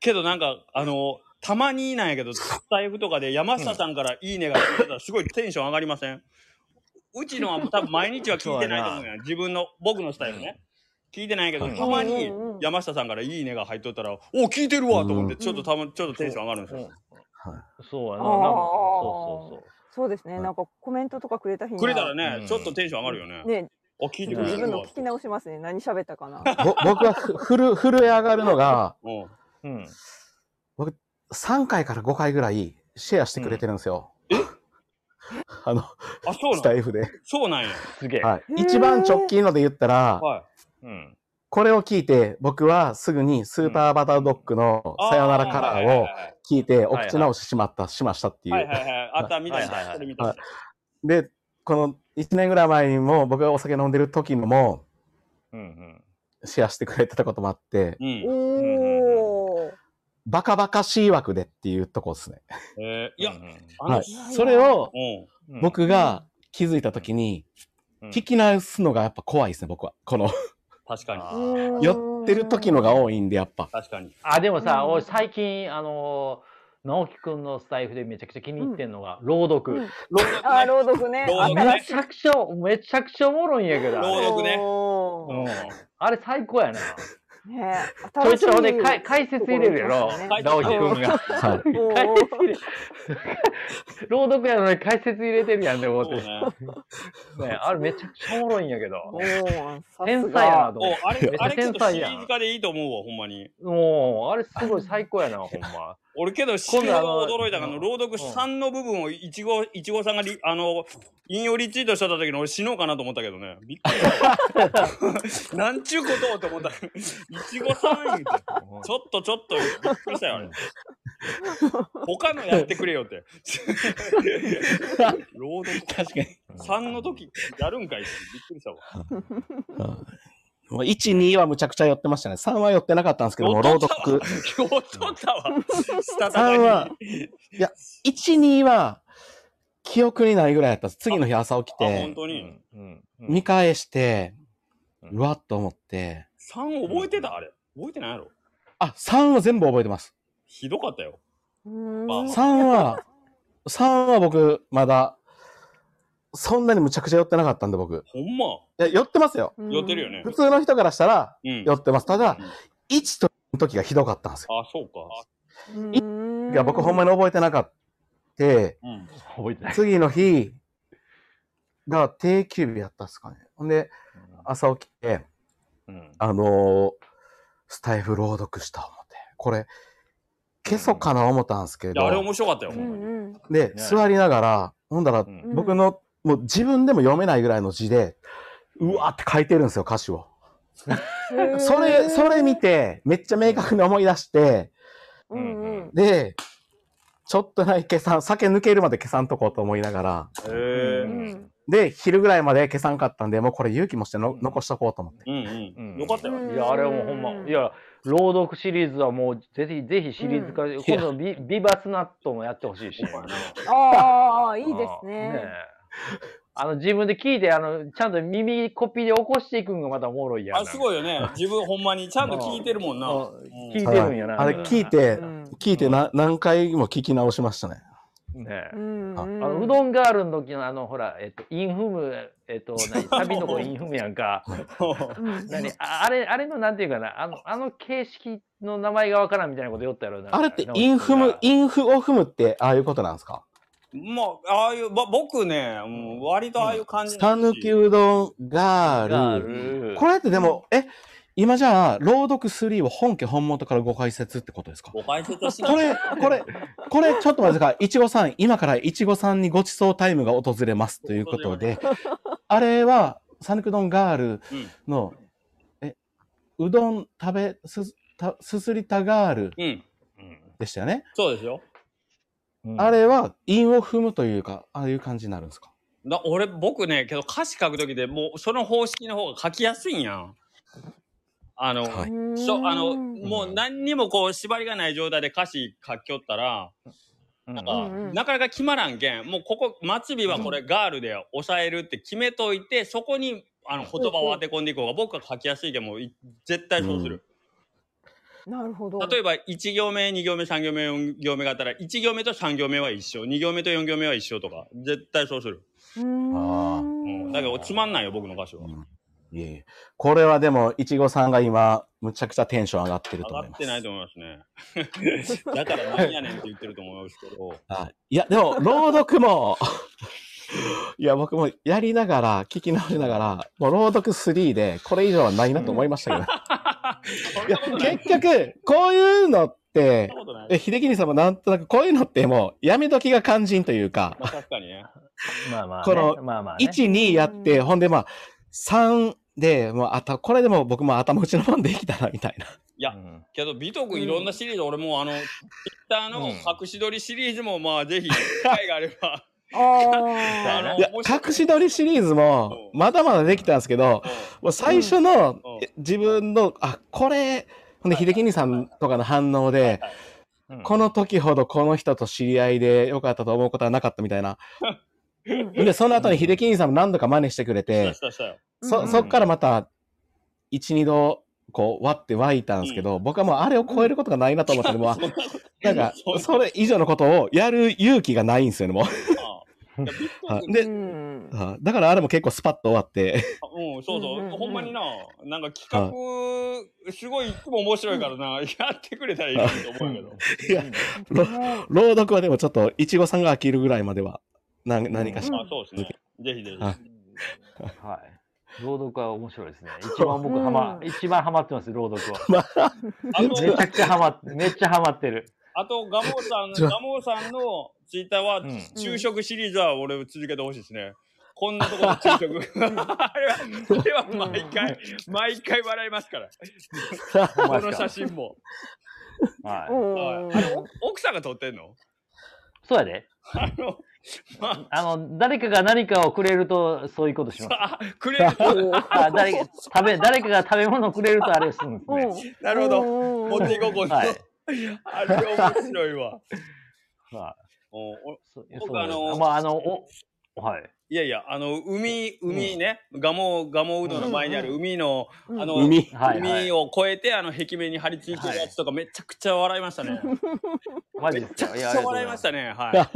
S3: けどなんか、あの、たまになんやけど、スタイフとかで山下さんからいいねが来てたらすごいテンション上がりませんうちのは多分毎日は聞いてないと思うやん。自分の、僕のスタイルね。聞いてないけど、
S1: うん
S3: たまに
S4: うんうんうん
S3: 山下さんからいいねが入っとったら、お聞いてるわと思って、ちょっとたま、ちょっとテンション上がるんですよ。
S1: はい
S2: そうやな。
S4: あー
S2: なんかそうそうそう。
S4: そうですね、なんかコメントとかくれた日には。
S3: くれたらね、
S2: うん
S3: ちょっとテンション上がるよね。
S4: ね、
S3: お、聞いてくれ
S4: 自
S3: てる
S4: 分
S3: わ
S4: の聞き直しますね。何喋ったかな。
S1: ぼ僕はふふる震え上がるのが
S3: うん。
S2: うん。
S1: 3回から5回ぐらいシェアしてくれてるんですよ。あの、
S3: あ、そう
S1: ス
S3: な
S1: タ
S3: んや
S1: イフで。
S3: そうなんや。
S2: すげえ。
S1: はい
S4: ー
S1: 一番直近ので言ったら、
S3: はい。
S2: うん。
S1: これを聞いて、僕はすぐにスーパーバタードッグのさよならカラーを聞いて、お口直ししまった、しましたってい。
S3: はいはいうはいはい。あった、見た、見
S2: はいはいは
S3: た、
S2: い
S3: それ見た。
S1: で、この1年ぐらい前にも、僕がお酒飲んでる時にも、
S2: うんうん。
S1: シェアしてくれてたこともあって、
S3: うん。
S4: おお。
S1: バカバカしい枠でっていうとこですね。
S3: えー、いや
S2: う、ん
S3: あの
S1: はい、それを
S3: うん。
S2: うん、
S1: 僕が気づいた時に、
S2: うん、
S1: 聞き直すのがやっぱ怖いですね、僕は。この、
S3: 確かに。
S2: あ
S4: うん
S1: 寄ってる時のが多いんで、やっ ぱ。
S3: 確かに。
S2: あ、でもさ、
S4: うん
S2: 俺最近、あのー、直樹くんのスタイフでめちゃくちゃ気に入ってんのが、朗
S4: う
S2: 読
S4: ん。あー、朗読ね。
S3: 朗
S2: あ
S3: 読ね
S2: めちゃくちゃ、めちゃくちゃおもろいんやけど。
S3: 朗読ね
S4: お
S2: う
S4: ー
S2: んあれ最高やな。ち
S4: ね、
S2: ょいちょいほんで
S4: 新しい
S2: かい解説入れるやろ
S4: ところ
S3: に、
S2: 直
S3: 行き
S2: 樹
S3: ま
S2: くん が。
S1: はい。
S4: お
S2: 解
S4: ー
S2: 説入れ朗読やのに解説入れてるやんって思っ
S3: そう
S2: て。ね
S3: ね。
S2: あれめちゃくちゃおもろいんやけど
S4: お。ーさすが
S2: 天才やなと
S3: お
S2: 思って。
S3: あれ、あれちょっとシリ
S2: めっちゃ天才やん
S3: ーズ化でいいと思うわ、ほんまに。
S2: もう、あれすごい最高やな、ほんま。
S3: 俺けど、死ぬ
S2: 今度
S3: ほ
S2: あの
S3: ど驚いたの
S2: う
S3: が、
S2: ん
S3: 朗読3の部分をいちご、いちごさんがリ、あの、引用リツイートしてた時に俺死のうかなと思ったけどね。びっくりした。なんちゅうことをと思った。いちごさん言うてちょっとちょっとびっくりしたよ、あれ。他のやってくれよって。朗読
S1: 確かに。
S3: 3の時やるんかいってびっくりしたわ。
S1: もう1、2はむちゃくちゃ寄ってましたね。3は寄ってなかったんですけども、朗読。
S3: 今日取った わ。したた
S1: 3
S3: か
S1: は
S3: に。、
S1: いや、1、2は記憶にないぐらいやったんです。次の日朝起き
S3: あ、本
S1: て、
S3: 当
S2: う
S3: に。
S2: んうんうん
S1: 見返して、
S2: うん
S1: うわっと思って、
S3: 3覚えてたあれ。覚えてないやろ。
S1: あ、3は全部覚えてます。
S3: ひどかったよ。
S4: うーん
S3: まあ
S1: 3は、3は僕、まだ、そんなにむちゃくちゃ寄ってなかったんで、僕。
S3: ほんま。
S1: いや寄ってますよ。
S4: うん
S3: 寄ってるよね
S1: 普通の人からしたら、
S3: うん。
S1: 寄ってます。ただ
S3: う、ん
S1: 1との時がひどかったんですよ。
S3: あ、そうか。
S4: うーん
S1: いや、僕ほんまに覚えてなかった。
S3: うん。
S2: 覚えてない。
S1: 次の日が定休日やったっすかね。ほんで、朝起きて、
S2: うん
S1: あのースタイフ朗読した思って。これ、消そうかな思ったんですけ
S3: いや、
S1: ど、
S3: あれ面白かったよ。
S2: う
S3: ほ
S4: うん
S3: まに
S4: んうん
S1: で、座りながら、ほんだら
S2: う、ん
S4: うん
S1: 僕の、もう自分でも読めないぐらいの字で、うわーって書いてるんですよ、歌詞を。それ、それ見て、めっちゃ明確に思い出して、
S4: うんうん
S1: で、ちょっとだけ消さん、酒抜けるまで消さんとこうと思いながら、
S3: へ
S4: う
S3: え。
S4: ん
S1: で、昼ぐらいまで消さんかったんで、もうこれ勇気もしての残しとこうと思って。
S3: うんう
S2: うん
S3: ん。よかったよ。
S4: うん
S2: いや、あれはもうほんま、いや、朗読シリーズはもう、ぜひ、ぜひシリーズ化、今度ビ、ビバスナットもやってほしいし。
S4: ああ、いいですね。
S2: えあの、自分で聞いて、あの、ちゃんと耳コピーで起こしていくんがまたおもろいやん。
S3: あ、すごいよね。自分ほんまにちゃんと聞いてるもんな。
S2: あ
S3: うん
S2: 聞いてるんやな。
S1: あれ聞いて
S4: う、ん
S1: 聞いてな何回も聞き直しましたね。
S2: ねえ
S4: う。ん
S1: あ
S4: う
S2: あ
S4: ん
S2: のうどんガールの時のあのほら、えっと、インフム、えっと、 何サビの子インフムやんか。
S4: うん
S2: 何ああれ、あれのなんていうかな、あの、あの形式の名前がわからんみたいなこと言おったやろな。
S1: あれってインフム、インフを踏むってああいうことなんですか
S3: もう、ああいう、ば僕ね、もう割とああいう感じ
S1: たぬきうどんガー
S2: ガー
S1: ル。
S2: ル。
S1: これってでも、え、今じゃあ、朗読3を本家本元からご解説ってことですか
S3: ご解説して
S1: こ
S3: ない
S1: れ、これ、これ、ちょっと待ってください。いちごさん、今からいちごさんにごちそうタイムが訪れますということで、あれは、サヌク丼ガールの、え、うどん食べ、す、た、すすりたガール
S3: うん。
S1: でしたよね。
S3: そうですよ。
S2: うん
S1: あれは、韻を踏むというか、ああいう感じになるんですか
S3: な俺、僕ね、けど歌詞書くときでもうその方式の方が書きやすいんやん。あの、
S1: はい
S3: そう、あの、
S4: うん
S3: もう何にもこう縛りがない状態で歌詞書きよったら、
S2: うん
S3: なんか、
S4: うんうん
S3: なかなか決まらんけん、もうここ、末尾はこれガールで抑えるって決めといて、そこにあの言葉を当て込んでいこうが、僕は書きやすいけん、もうい絶対そうする。
S4: なるほど。
S3: 例えば、1行目、2行目、3行目、4行目があったら、1行目と3行目は一緒、2行目と4行目は一緒とか、絶対そうする。
S4: うーん
S1: あ
S3: うん、だけど、つまんないよ、僕の歌詞は。
S1: いえいえ。これはでも、いちごさんが今、むちゃくちゃテンション上がってると
S3: 上
S1: 思
S3: が
S1: いま
S3: って
S1: す。
S3: ないと思い ますね。だからなんやねんって言ってると思いますけど。
S1: はいいや、でも、朗読も、 いや、僕もやりながら、聞き直しながら、もう朗読3で、これ以上はないなと思いましたけど、いや
S3: そん なことない。
S1: 結局、こういうのって
S3: そん、なことない
S1: え秀樹兄さんもなんとなくこういうのってもう、やめ時が肝心というか、
S3: まあ、確かにね。
S2: まあまあ、ね、
S1: この
S2: まあまあ、ね、
S1: 1、2やって、
S4: う
S1: ほんでまあ、3で、もうあた、これでも僕も頭打ちのもんできたら、みたいな。
S3: や
S2: うん
S3: けど、美徳いろんなシリーズ、俺もうあの、ツイッターの隠し撮りシリーズも、まあ、 ぜひ、機会があれば。 あ
S4: あ
S3: の
S1: いや、
S3: 面白い
S1: 隠し撮りシリーズも、まだまだできたんですけど、もう最初の、
S3: うん
S1: え自分の、あ、これ、ほんで、秀樹兄さんとかの反応で、
S2: うん
S1: この時ほどこの人と知り合いでよかったと思うことはなかったみたいな。
S4: ー。
S1: で、その後に秀樹兄さんも何度か真似してくれ
S3: した
S1: て
S3: し、たしたよ。
S1: そ、そっからまた、一、二度、こう、割って湧いたんですけど、僕はもうあれを超えることがないなと思って て、もう、なんか、それ以上のことをやる勇気がないんですよね、も
S3: ああいや美
S1: う。は
S3: 徳
S1: い
S4: で、
S1: で
S4: う、 ん
S1: はいだからあれも結構スパッと終わって、
S3: うん、そうそう、
S4: うんうんうん
S3: ほんまにな、なんか企画、すごいいつも面白いからな、やってくれたらいいなと思うけど。
S1: いや、朗読はでもちょっと、いちごさんが飽きるぐらいまでは、な何かし
S3: まあ、そうですね。ぜひぜひ。
S1: はい
S2: はい。朗読は面白いですね。一番僕ハマ、
S4: うん
S2: 一番ハマってます、朗読は。
S3: あの
S2: めちゃくちゃハマって、めっちゃハマってる。
S3: あと、ガモーさん
S1: じゃ
S3: の、
S1: あ
S3: ガモーさんのツイッターは、
S2: うん
S3: 昼食シリーズは俺続けてほしいですね。こんなところの昼食。あれは、 あれは毎回、毎回笑いますから。
S2: ほんま
S3: こ
S2: で
S3: の
S2: すか
S3: 写真も。
S2: はい。
S4: お
S3: はいあれ
S4: ー
S3: お奥さんが撮ってんの
S2: そうやで。
S3: あの、ま
S2: あの、誰かが何かをくれると、そういうことします。
S3: あ、あくれる。
S2: あ誰か食べ誰かが食べ物をくれるとあれをするんですね。
S4: お
S3: なるほど。
S4: ど
S3: 持っていこう、こ
S2: はい
S3: あれ面白いわ。
S2: はい
S3: おお
S2: そう
S3: 僕
S2: そうです
S3: あの
S2: まああのおはい。
S3: いやいや、あの、海、海ね、ガモ、ガモうどんの前にある海の、あの、
S1: 海。
S2: はいはい
S3: 海を越えて、あの、壁面に張り付いてるやつとか、めちゃくちゃ笑いましたね。
S2: マジ
S3: め
S2: です
S3: ちゃ
S2: か。
S3: くちゃ笑いました
S2: ね。
S3: ね。は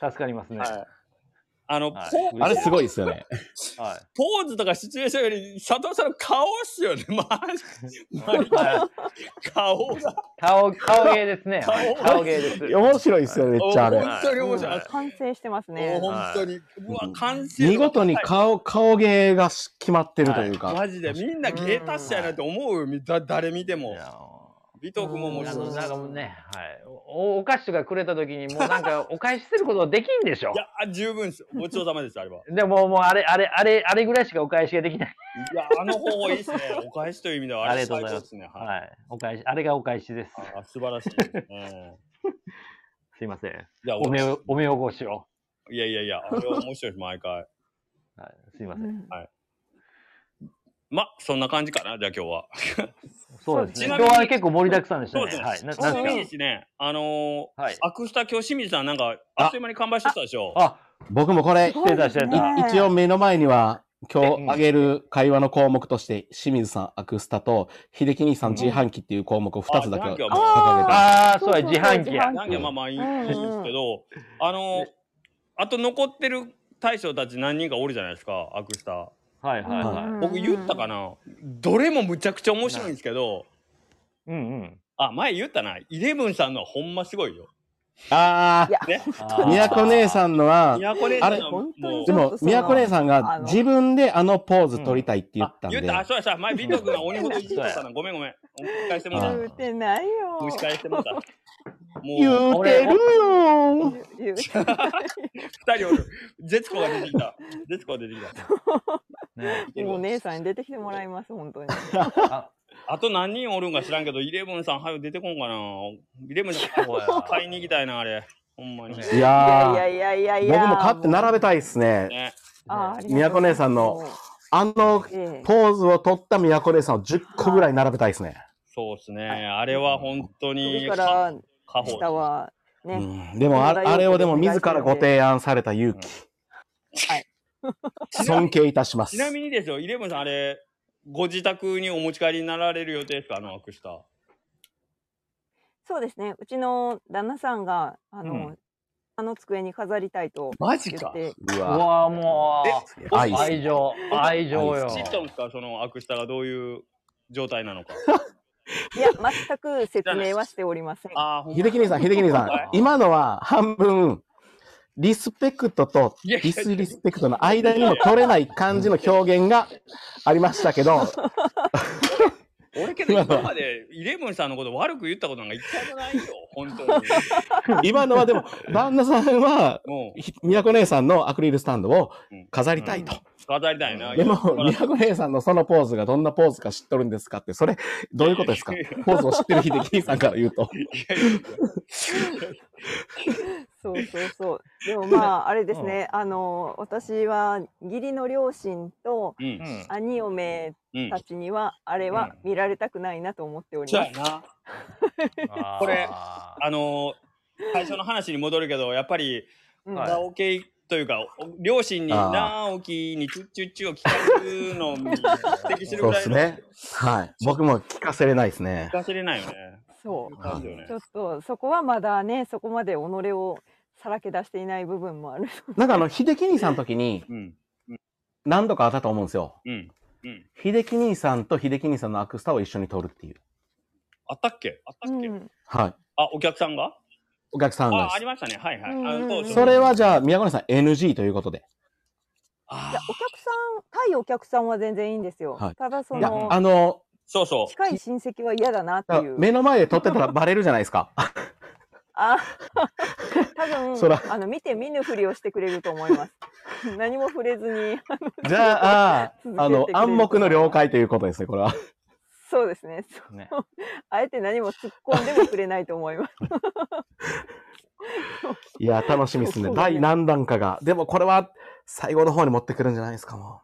S2: た助かります
S3: い。
S2: ね。は
S3: はいあの、
S2: い
S3: ポ
S1: あれすごいですよね。
S2: はい。
S3: ポーズとかシチュエーションより、佐藤さんの顔っすよね。 マジ。マジ顔が。
S2: 顔顔芸ですね。はい
S3: 顔
S2: 顔芸です。
S1: 面白いですよね、めっちゃあれ。
S3: 本当に面白い。
S4: 完成してます
S3: もう
S4: ね。
S3: 本当に。うわ、完成度
S1: 見事に顔、顔芸がし決まってるというか。
S3: マジでみんな芸達者やなって思うみだ誰見て
S2: い
S3: も
S2: や
S3: 美徳も面
S2: あ
S3: 白い
S2: の
S3: い
S2: なんかもうね、はい、おお菓子とかくれた時にもうなん かお返しすることはできんでしょ。
S3: や十分ですごちそうさまですあれは
S2: でももうあれあれあれあれぐらいしかお返しができない。
S3: いやあの方法いいですねお返しという意味ではあ
S2: あ
S3: れ
S2: りがと
S3: 最高
S2: うござい
S3: で
S2: ます
S3: すねはい
S2: はい、お返しあれがお返しです。
S3: あ素晴らしいですね
S2: すいません。
S3: いや、
S2: お目を、お目汚しを。
S3: いやいやいや、あれは面白いです、毎回。
S2: はい、すいま
S4: う
S2: せん。
S4: ん
S3: ま、そんな感じかな、じゃあ今日は。
S2: そうですね。
S3: ちなみ
S2: 今
S3: に
S2: 日は結構盛りだくさんでした
S3: そうで
S2: ね。
S3: すね。
S2: はい。な
S3: ちな
S2: なん
S3: みにで
S2: です
S3: すね、あのー
S2: はい
S3: アクスタ今日清水さんなんか、あっという間に完売してたでしょ
S2: か。。あ、
S1: 僕もこれ、
S4: すごいですね
S2: 来てた
S1: い
S2: 来
S1: 一応目の前には、今
S2: えうん
S1: 日あげる会話の項目として、清水さんアクスタと、秀樹兄さん自販機っていう項目を2つだけ
S3: あ自販機は
S1: 掲げて
S4: あ
S2: ああ、そうや、
S4: そうそう
S2: 自販機や。
S4: 自販
S3: なんかまあまあいいんですけど、あのーあと残ってる大将たち何人かおるじゃないですか、アクスタ。
S2: はいはいは
S3: 僕言ったかな、どれもむちゃくちゃ面白いんですけど、
S2: い。うん うん。
S3: あ、前言ったな、イレブンさんのはほんますごいよ。
S1: あ
S4: いや
S1: あ、宮子姉さ
S2: ん。
S1: んのは、
S3: 宮古姉さんのはも
S4: 本当に
S3: う
S1: で。
S4: ちょっと
S1: も、
S4: その
S1: 宮子姉さん
S4: あ
S1: が
S4: の
S1: 自分であのポーズ取りたいって言
S3: あ
S1: ったんで
S3: 言っ、た、あ、そうやさ、前ビト君が鬼ほど言ってたな、ごめんごめん。もう一回してもらっ
S4: 言うてないよ
S3: た。。蒸し返してもらった。もう、
S1: 言うてるよー
S4: 言う
S3: 二
S4: て
S3: 人おる。絶子が出てきた。絶子が出てきた。
S2: ね
S3: いける
S4: も
S3: わ
S4: う姉さんに出てきてもらいます本当に。
S2: あ
S3: あと何人おるんか知らんけど、イレブンさん、はよ出てこんかな。イレブンさん
S2: そうやな、
S3: 買いに行きたいな、あれ。ほんまに。
S1: い
S3: ね。
S1: や
S4: いや
S1: ー
S4: いやいやいや。
S1: 僕も買って並べたいですね。
S4: あ
S2: ね
S4: ー。ありがとうございます
S1: 宮古姉さんのあの
S4: ええ
S1: ポーズを取った宮古姉さんを10個ぐらい並べたいですね。
S3: そうっすね。あれは本当に
S4: 首、から
S3: 過保
S4: 下はね、
S1: うんでもあ、あれをでも自らご提案された勇気。尊敬いたします
S3: ち。なみにですよ、イレブンさん、あれ、ご自宅にお持ち帰りになられる予定ですか、あのアクスタ。
S4: そうですねうちの旦那さんがあの、
S2: うん
S4: あの机に飾りたいと
S3: マジ
S4: 言って
S1: う
S2: う
S1: わ
S2: わーもう、
S1: 愛っすね
S2: 愛情、愛情よ。
S3: 知ったんですか、そのアクスタがどういう状態なのか。
S4: いや全く説明はしておりません。
S3: ああ、ほんま
S1: 秀樹兄さん、秀樹兄さ
S3: はい
S1: ん、今のは半分、リスペクトと
S3: いやいや
S1: ディスリスペクトの間にも取れない感じの表現がありましたけ ど、
S3: 俺けど今までイレブンさんのこと悪く言ったことなんか一回もないよ、本当に。
S1: 今のはでも、旦那さんは、
S3: もう、
S1: ひ宮古姉さんのアクリルスタンドを飾りたいと。
S3: 飾りたいな。
S1: でも、
S3: 今
S1: 宮古姉さんのそのポーズがどんなポーズか知っとるんですかって、それ、どういうこと ですかポーズを知ってる秀樹兄さんから言うと。
S4: そうそうそう。でもまああれですね、あの私は義理の両親と
S3: うん
S2: う、ん
S4: 兄嫁
S3: うん
S4: た。ちには、あれは見られたくないなと思っており
S3: そう
S4: ま
S3: や
S4: す。
S3: な。
S2: こ
S3: これあのー、最初の話に戻るけど、やっぱり、
S4: うん
S2: はい
S3: 直樹というか、お両親に
S1: あー
S3: 直樹にチュッチュッチュを聞かせるのを指摘する
S1: そ
S3: ぐ
S1: うで
S3: らい
S1: す
S3: の。
S1: ね。はい。僕も聞かせれないですね
S3: 聞。かせれないよね。
S4: そ
S3: 感じよね
S4: う。ちょっとそこはまだね、そこまで己をさらけ出していない部分もある。
S1: なんかあの、秀樹兄さんの時に
S3: うん。
S1: 何度かあったと思うんですよ。
S3: うん。
S1: 秀樹兄さんと秀樹兄さんのアクスタを一緒に撮るっていう。
S3: あったっけあったっけ、
S4: うん
S1: はい。
S3: あ、お客さんが
S1: お客さんが
S3: あ、あ
S1: で
S3: りましたね。はいはい。あ
S4: うんうんう
S3: そ
S4: ん
S3: うそう
S1: す。それはじゃあ、宮古姉さん NG ということで。
S3: あ
S4: いやお客さん、対お客さんは全然いいんですよ。
S1: はい
S4: ただそ
S1: いや
S4: の、
S1: あの、
S3: そうそう。
S4: 近い親戚は嫌だなっていう。
S1: 目の前で撮ってたらバレるじゃないです か。
S4: あ、多
S1: そら
S4: 分あの見て見ぬふりをしてくれると思います。 何も触れずに、
S1: じゃあ、
S4: 続けてくれる
S1: あの、暗黙の了解ということですね、これは。
S4: そうですね。
S2: ね
S4: あえて何も突っ込んでもくれないと思います。
S1: いや、楽しみですね。
S4: そうそう
S1: 第何弾かが。でもこれは、最後の方に持ってくるんじゃないですか、も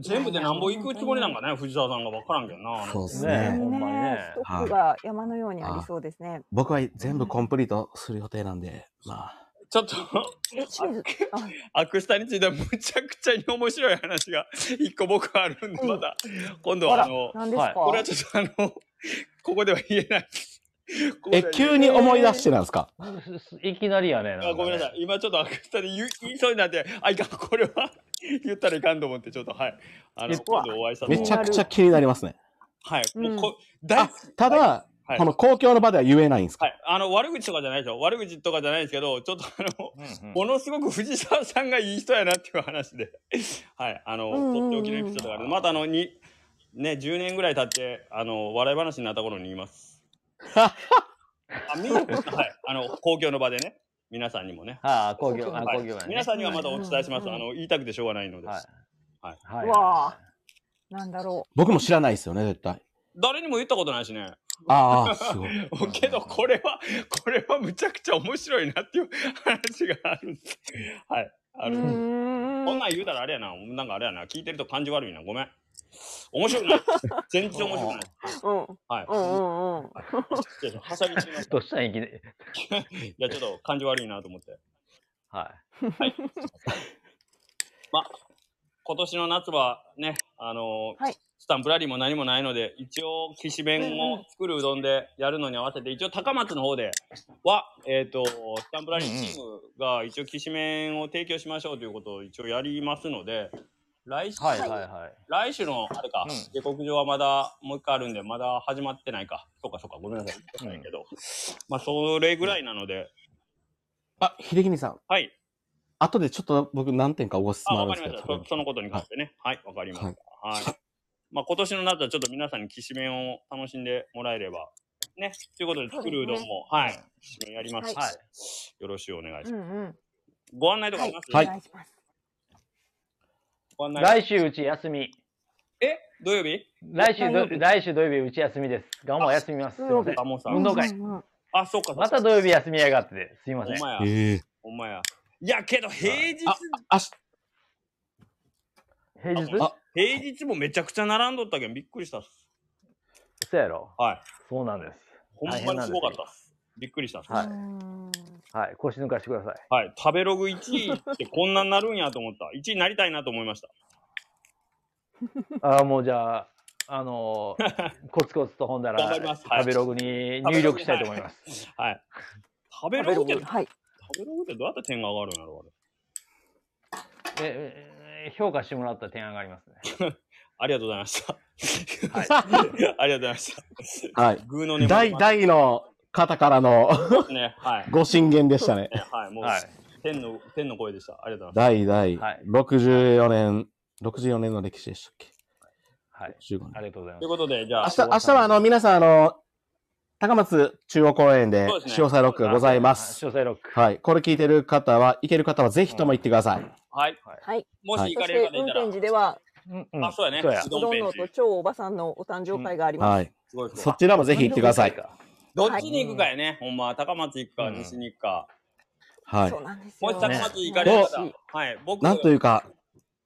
S3: 全部でなんぼ行くつもりなんかね、藤沢さんが分からんけどな。
S1: う。そうです
S2: ね
S1: ね。
S2: ほんまにね
S4: ストックが山のようにありそうですね。
S1: 僕は全部コンプリートする予定なんで、まあ。
S3: ちょっと、
S4: え、清水、あ、
S3: アクスタについてはむちゃくちゃに面白い話が一個僕はあるん で、また、今度
S4: あ
S3: は
S4: ら
S3: あの、
S4: 何ですか。
S3: これはちょっとあの、 ここでは言えないです。ここでは、言え
S1: え
S3: ない
S1: 急に思い出してなんですか
S2: すすいきなりやね。んかね
S3: あごめんなさい。。今ちょっとアクスタで言い言いそうになって、あ、いかん、これは言ったらいかんと思って、ちょっとはい。あの、
S2: え
S3: 今度お会いしたと
S1: め
S3: 思う
S1: ちゃくちゃ気になりますね。
S3: はい。もうこ、大
S1: あ
S3: 好き、
S1: ただ、
S3: はい
S1: この公共の場では言えないんですか、
S3: はい。あの、悪口とかじゃないですよ。悪口とかじゃないですけど、ちょっとあの、
S2: うんうん
S3: ものすごく藤沢さんがいい人やなっていう話で、 はい、あの、
S4: うんうん
S3: と
S4: う
S3: っ
S4: ん
S3: ておきのエピソードがある。またあの、に、ね、10年ぐらい経って、あの、笑い話になった頃に言い ます。あ、みんな、はい、あの、公共の場でね、皆さんにもね。
S2: ああ、工業、あ、
S3: はい
S2: 工業がね。
S3: 皆さんにはまたお伝えします。
S4: うん
S3: あ
S4: うん
S3: の、言いたくてしょうがないので。
S2: はい。
S3: はい
S2: は
S4: うわあなんだろ
S1: 僕も知らないですよね、絶対。
S3: 誰にも言ったことないしね。
S1: ああ、すごい。
S3: けどこれはこれはむちゃくちゃ面白いなっていう話があるんですはいあ
S4: う
S3: る、
S4: ーん
S3: こんなん言うたらあれやななんかあれやな聞いてると感じ悪いなごめん面白く ない全然面白くない
S4: うん
S3: はい、
S4: うんうんうん
S3: ちょっとはしゃぎす ぎました
S2: どうしたらいいきなり。
S3: いやちょっと感じ悪いなと思って
S2: は
S3: 今年の夏はねあのー
S4: はい
S3: スタンプラリーも何もないので一応岸弁を作るうどんでやるのに合わせて一応高松の方ではえっ、とスタンプラリーチームが一応岸弁を提供しましょうということを一応やりますので来週、
S2: い。はいはいはい。
S3: 来週のあれか、
S2: うん
S3: 下克上はまだもう一回あるんでまだ始まってないかそうかそうかごめんなさい、
S2: うん
S3: ないけどまあそれぐらいなので、
S1: あ、秀樹さん、
S3: はい
S1: 後でちょっと僕何点かご質
S3: あ、
S1: 問あ
S3: わ
S1: るん
S3: か
S1: で
S3: り
S1: す
S3: ました。
S1: けど
S3: そ。そのことに関してね。はい、わ、かりました。はい。まあ、今年の夏はちょっと皆さんにきしめんを楽しんでもらえれば。ね。ということで、
S4: そう
S3: 作
S4: ですね
S3: るうどんも、はい。きしめんやります。
S4: は
S3: はい。よろしくお願いし
S4: う
S3: ます。
S4: んうん
S3: ご案内とかあります
S1: はい
S4: お願いします
S3: ご案内。
S2: 来週うち休み。
S3: え土曜日
S2: 来週
S4: 土曜
S2: ど、
S4: 日
S2: 来週土曜日うち休みです。ガモは休みます。すいません。
S3: あ、もうさ
S2: 運動会
S4: うんうんうん
S3: あ、そうか、そうか
S2: また土曜日休みやがってて。すいません。
S3: ほんまや。
S1: ええ
S3: ほんまや。いや、けど平日、
S1: あ、あし、
S2: 平日
S1: あ
S3: 平日もめちゃくちゃ並んどったけん、びっくりしたっす。
S2: そうやろ
S3: はい。
S2: そうなんです。
S3: ほんまにすごかったっす。びっくりしたっす。
S2: はいう
S4: ーん
S2: はい。腰抜かしてください。
S3: はい。食べログ1位ってこんなになるんやと思った。1位になりたいなと思いました。
S2: ああ、もうじゃあ、あ のーコツコツとほんだら、
S3: 頑張りますはい
S2: 食べログに入力したいと思います。
S3: はい。食べログって、食
S4: はい
S3: べログってどうやって点が上がるんだろうあれ
S2: ええ評価してもらった点上がりますね。
S3: ありがとうございました。
S1: は
S3: ありがとうございました。
S1: い。
S3: グーの音もあり
S1: 大、
S3: ま
S1: 大の方からの
S3: すね。はい。
S1: ご進言でしたね。
S3: ねはい。もう、
S2: はい。
S3: 天の、天の声でした。ありがとうござい
S1: 大、大
S2: はい、
S1: 64年、64年の歴史でしたっけ
S2: はい。
S1: ?15 年。
S2: ありがとうござい
S3: ます。とい
S2: ます
S3: う。ことで、じゃ
S1: 明
S3: あ、
S1: 日、明日はあの、皆さん、あの、高松中央公園で
S3: そうですね
S1: 潮騒ロックがございま
S2: あ
S1: す。
S2: 詳細ロック。
S1: はい。これ聞いてる方は、行ける方はぜひとも行ってください。
S3: はい。
S4: はい
S3: も
S1: は
S3: し
S1: い
S3: 行か
S4: そし
S3: れる方
S4: て
S3: い
S4: 運
S3: たら
S4: 転、時では
S2: うんうん
S3: あそうやね
S2: そう
S3: う。
S2: や
S4: うどんのと超おばさんのお誕生会があります
S1: はい。
S3: すごいすご
S1: そ
S3: い
S1: っちらもぜひ行ってください。
S3: どっちに行くかやね。ほんま、高松行くか、
S2: うん
S3: 西に行くか。
S1: はい
S4: そう。なんです
S3: も
S4: よ。
S3: し高松行かれる方、はい。僕、
S1: なんというか、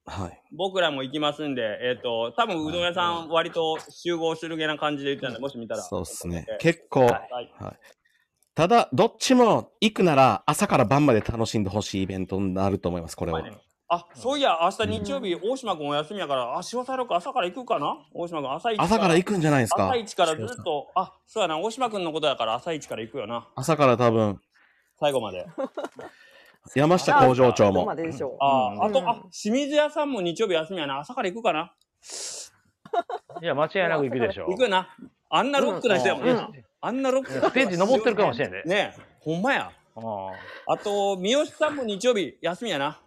S1: はい。
S3: 僕らも行きますんで、えっ、と、多分うどん屋さん割と集合するげな感じで言ってたんで、もし見たら。
S1: そうですね
S3: は。い
S1: 結構、
S2: はい
S3: はい。
S1: ただ、どっちも行くなら朝から晩まで楽しんでほしいイベントになると思います、これは。
S3: あ、そういや、明日日曜日、大島君お休みやから、あ、潮さろく朝から行くかな大島君朝一
S1: 朝から行
S3: く
S1: くんじゃないですか
S3: 朝。一からずっと、あ、そうやな、大島君のことやから朝一から行くよな、
S1: 朝から多分、
S3: 最後まで。
S1: 山下工場長
S4: どこ
S1: も
S4: ま。ででしょ
S3: あ、
S2: うん
S3: あと、
S4: うん
S3: あ、清水屋さんも日曜日休みやな、朝から行くかな
S2: いや、間違いなく行くでしょう。
S3: 行くよな。あんなロックな人やもんね。
S2: うん
S3: あんなロックな人
S2: ステージ登ってるかもしれんね。
S3: ねえ、ほんまや。
S2: うん
S3: あと、三好さんも日曜日休みやな。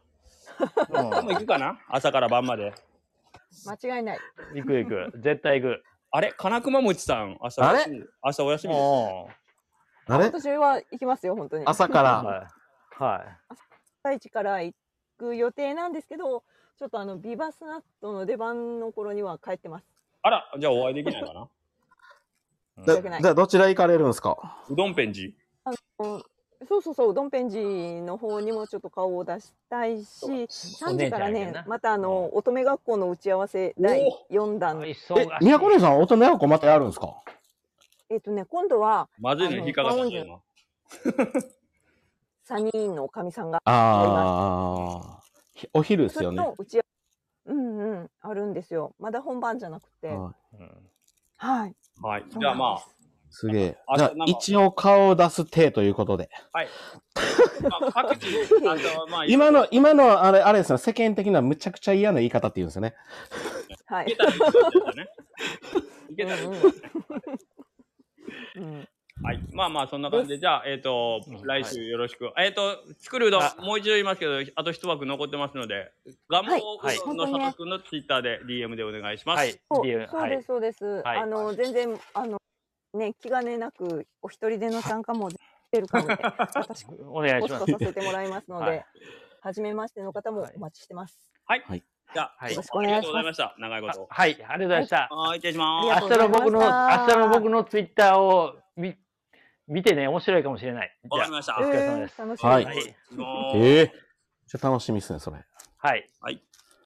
S3: でも行くかな朝から晩まで。
S4: う。間違いない。
S2: 行く行く。絶対行く。
S3: あれ金熊餅さん、明日お休み。明日お休みです。
S2: う
S1: あれ
S4: 私は行きますよ本当に。
S1: 朝か
S2: ん
S1: ら。
S2: はい。はい。
S4: 朝一から行く予定なんですけど、ちょっとあのビバスナットの出番の頃には帰ってます。
S3: あら、じゃあお会いできないかな
S1: だ
S4: よくない
S1: じゃあ、どちら行かれるんですか
S3: うどんペンジ。
S4: うんそうそうそう、ドンペンジの方にもちょっと顔を出したいし、3時から
S2: お姉ちゃんや
S4: ね
S2: な、
S4: またあの、乙女学校の打ち合わせ
S3: お
S4: 第4弾。えっ、
S1: え、宮古姉さん、乙女学校またやるんですか
S4: とね、今度は
S3: まずいね、
S4: あの
S3: 引っかかったんだよ今
S4: 3人のおかみさんが、
S1: ああ、ひお昼です
S4: それ
S1: よね。
S4: と打ち合わせ、うんうん、あるんですよ。まだ本番じゃなくて。
S1: はい
S2: うん
S4: はい。
S3: はい。じゃあま
S1: すげえ
S3: あ。
S1: じゃあ
S3: なんか
S1: 一応顔を出す手ということで。
S3: あ、まあ、各自、あの、まあ、
S1: 今の、今の、あれ、あれですよ。世間的なむちゃくちゃ嫌な言い方って言うんですよね。
S4: はいい
S3: け。たらいいですね。いけたらいいですね。
S4: う んうんうん
S3: はい。まあまあ、そんな感じで、じゃあ、えっ、と
S2: うん、
S3: 来週よろしく。えっ、と、作るうどん、もう一度言いますけど、あと一枠残ってますので、ガモ
S2: はいう
S3: どんの佐藤君のツイッターで DM でお願いします。
S2: はい。
S4: そう
S2: 理由
S4: そう
S2: は
S4: で
S2: い
S4: す、。そうです。
S2: はい
S4: あの、全然、あの、ね、気兼ねなく、お一人での参加も出るかも で、私、
S2: お願い
S4: ポ
S2: し
S4: ス
S2: ま
S4: ト
S2: す。
S4: させてもらいますの
S2: は
S4: で
S2: い、
S4: 初めましての方もお待ちしてます。
S3: はい。
S1: はい
S3: じゃあ、
S2: はい
S3: あり
S4: よ
S3: が
S4: ろ
S3: と
S4: しくお願いします
S3: うございました。長いこ
S2: あ
S3: と。
S2: はい、ありがとうございました。
S3: はい、失礼しま
S4: あり
S3: す
S4: が。
S2: 明日の僕の、
S4: ありがと
S2: 明
S4: うございました
S2: 日の僕のツイッターを見見てね、面白いかもしれない。
S3: わ
S2: じ
S3: か
S2: ゃ
S3: りました。
S2: お疲れ様です
S4: えー楽しみ
S1: は
S4: で
S1: い
S4: す
S3: はい。
S1: ええちょっと楽しみですね、それ。
S2: あはい。
S3: はい。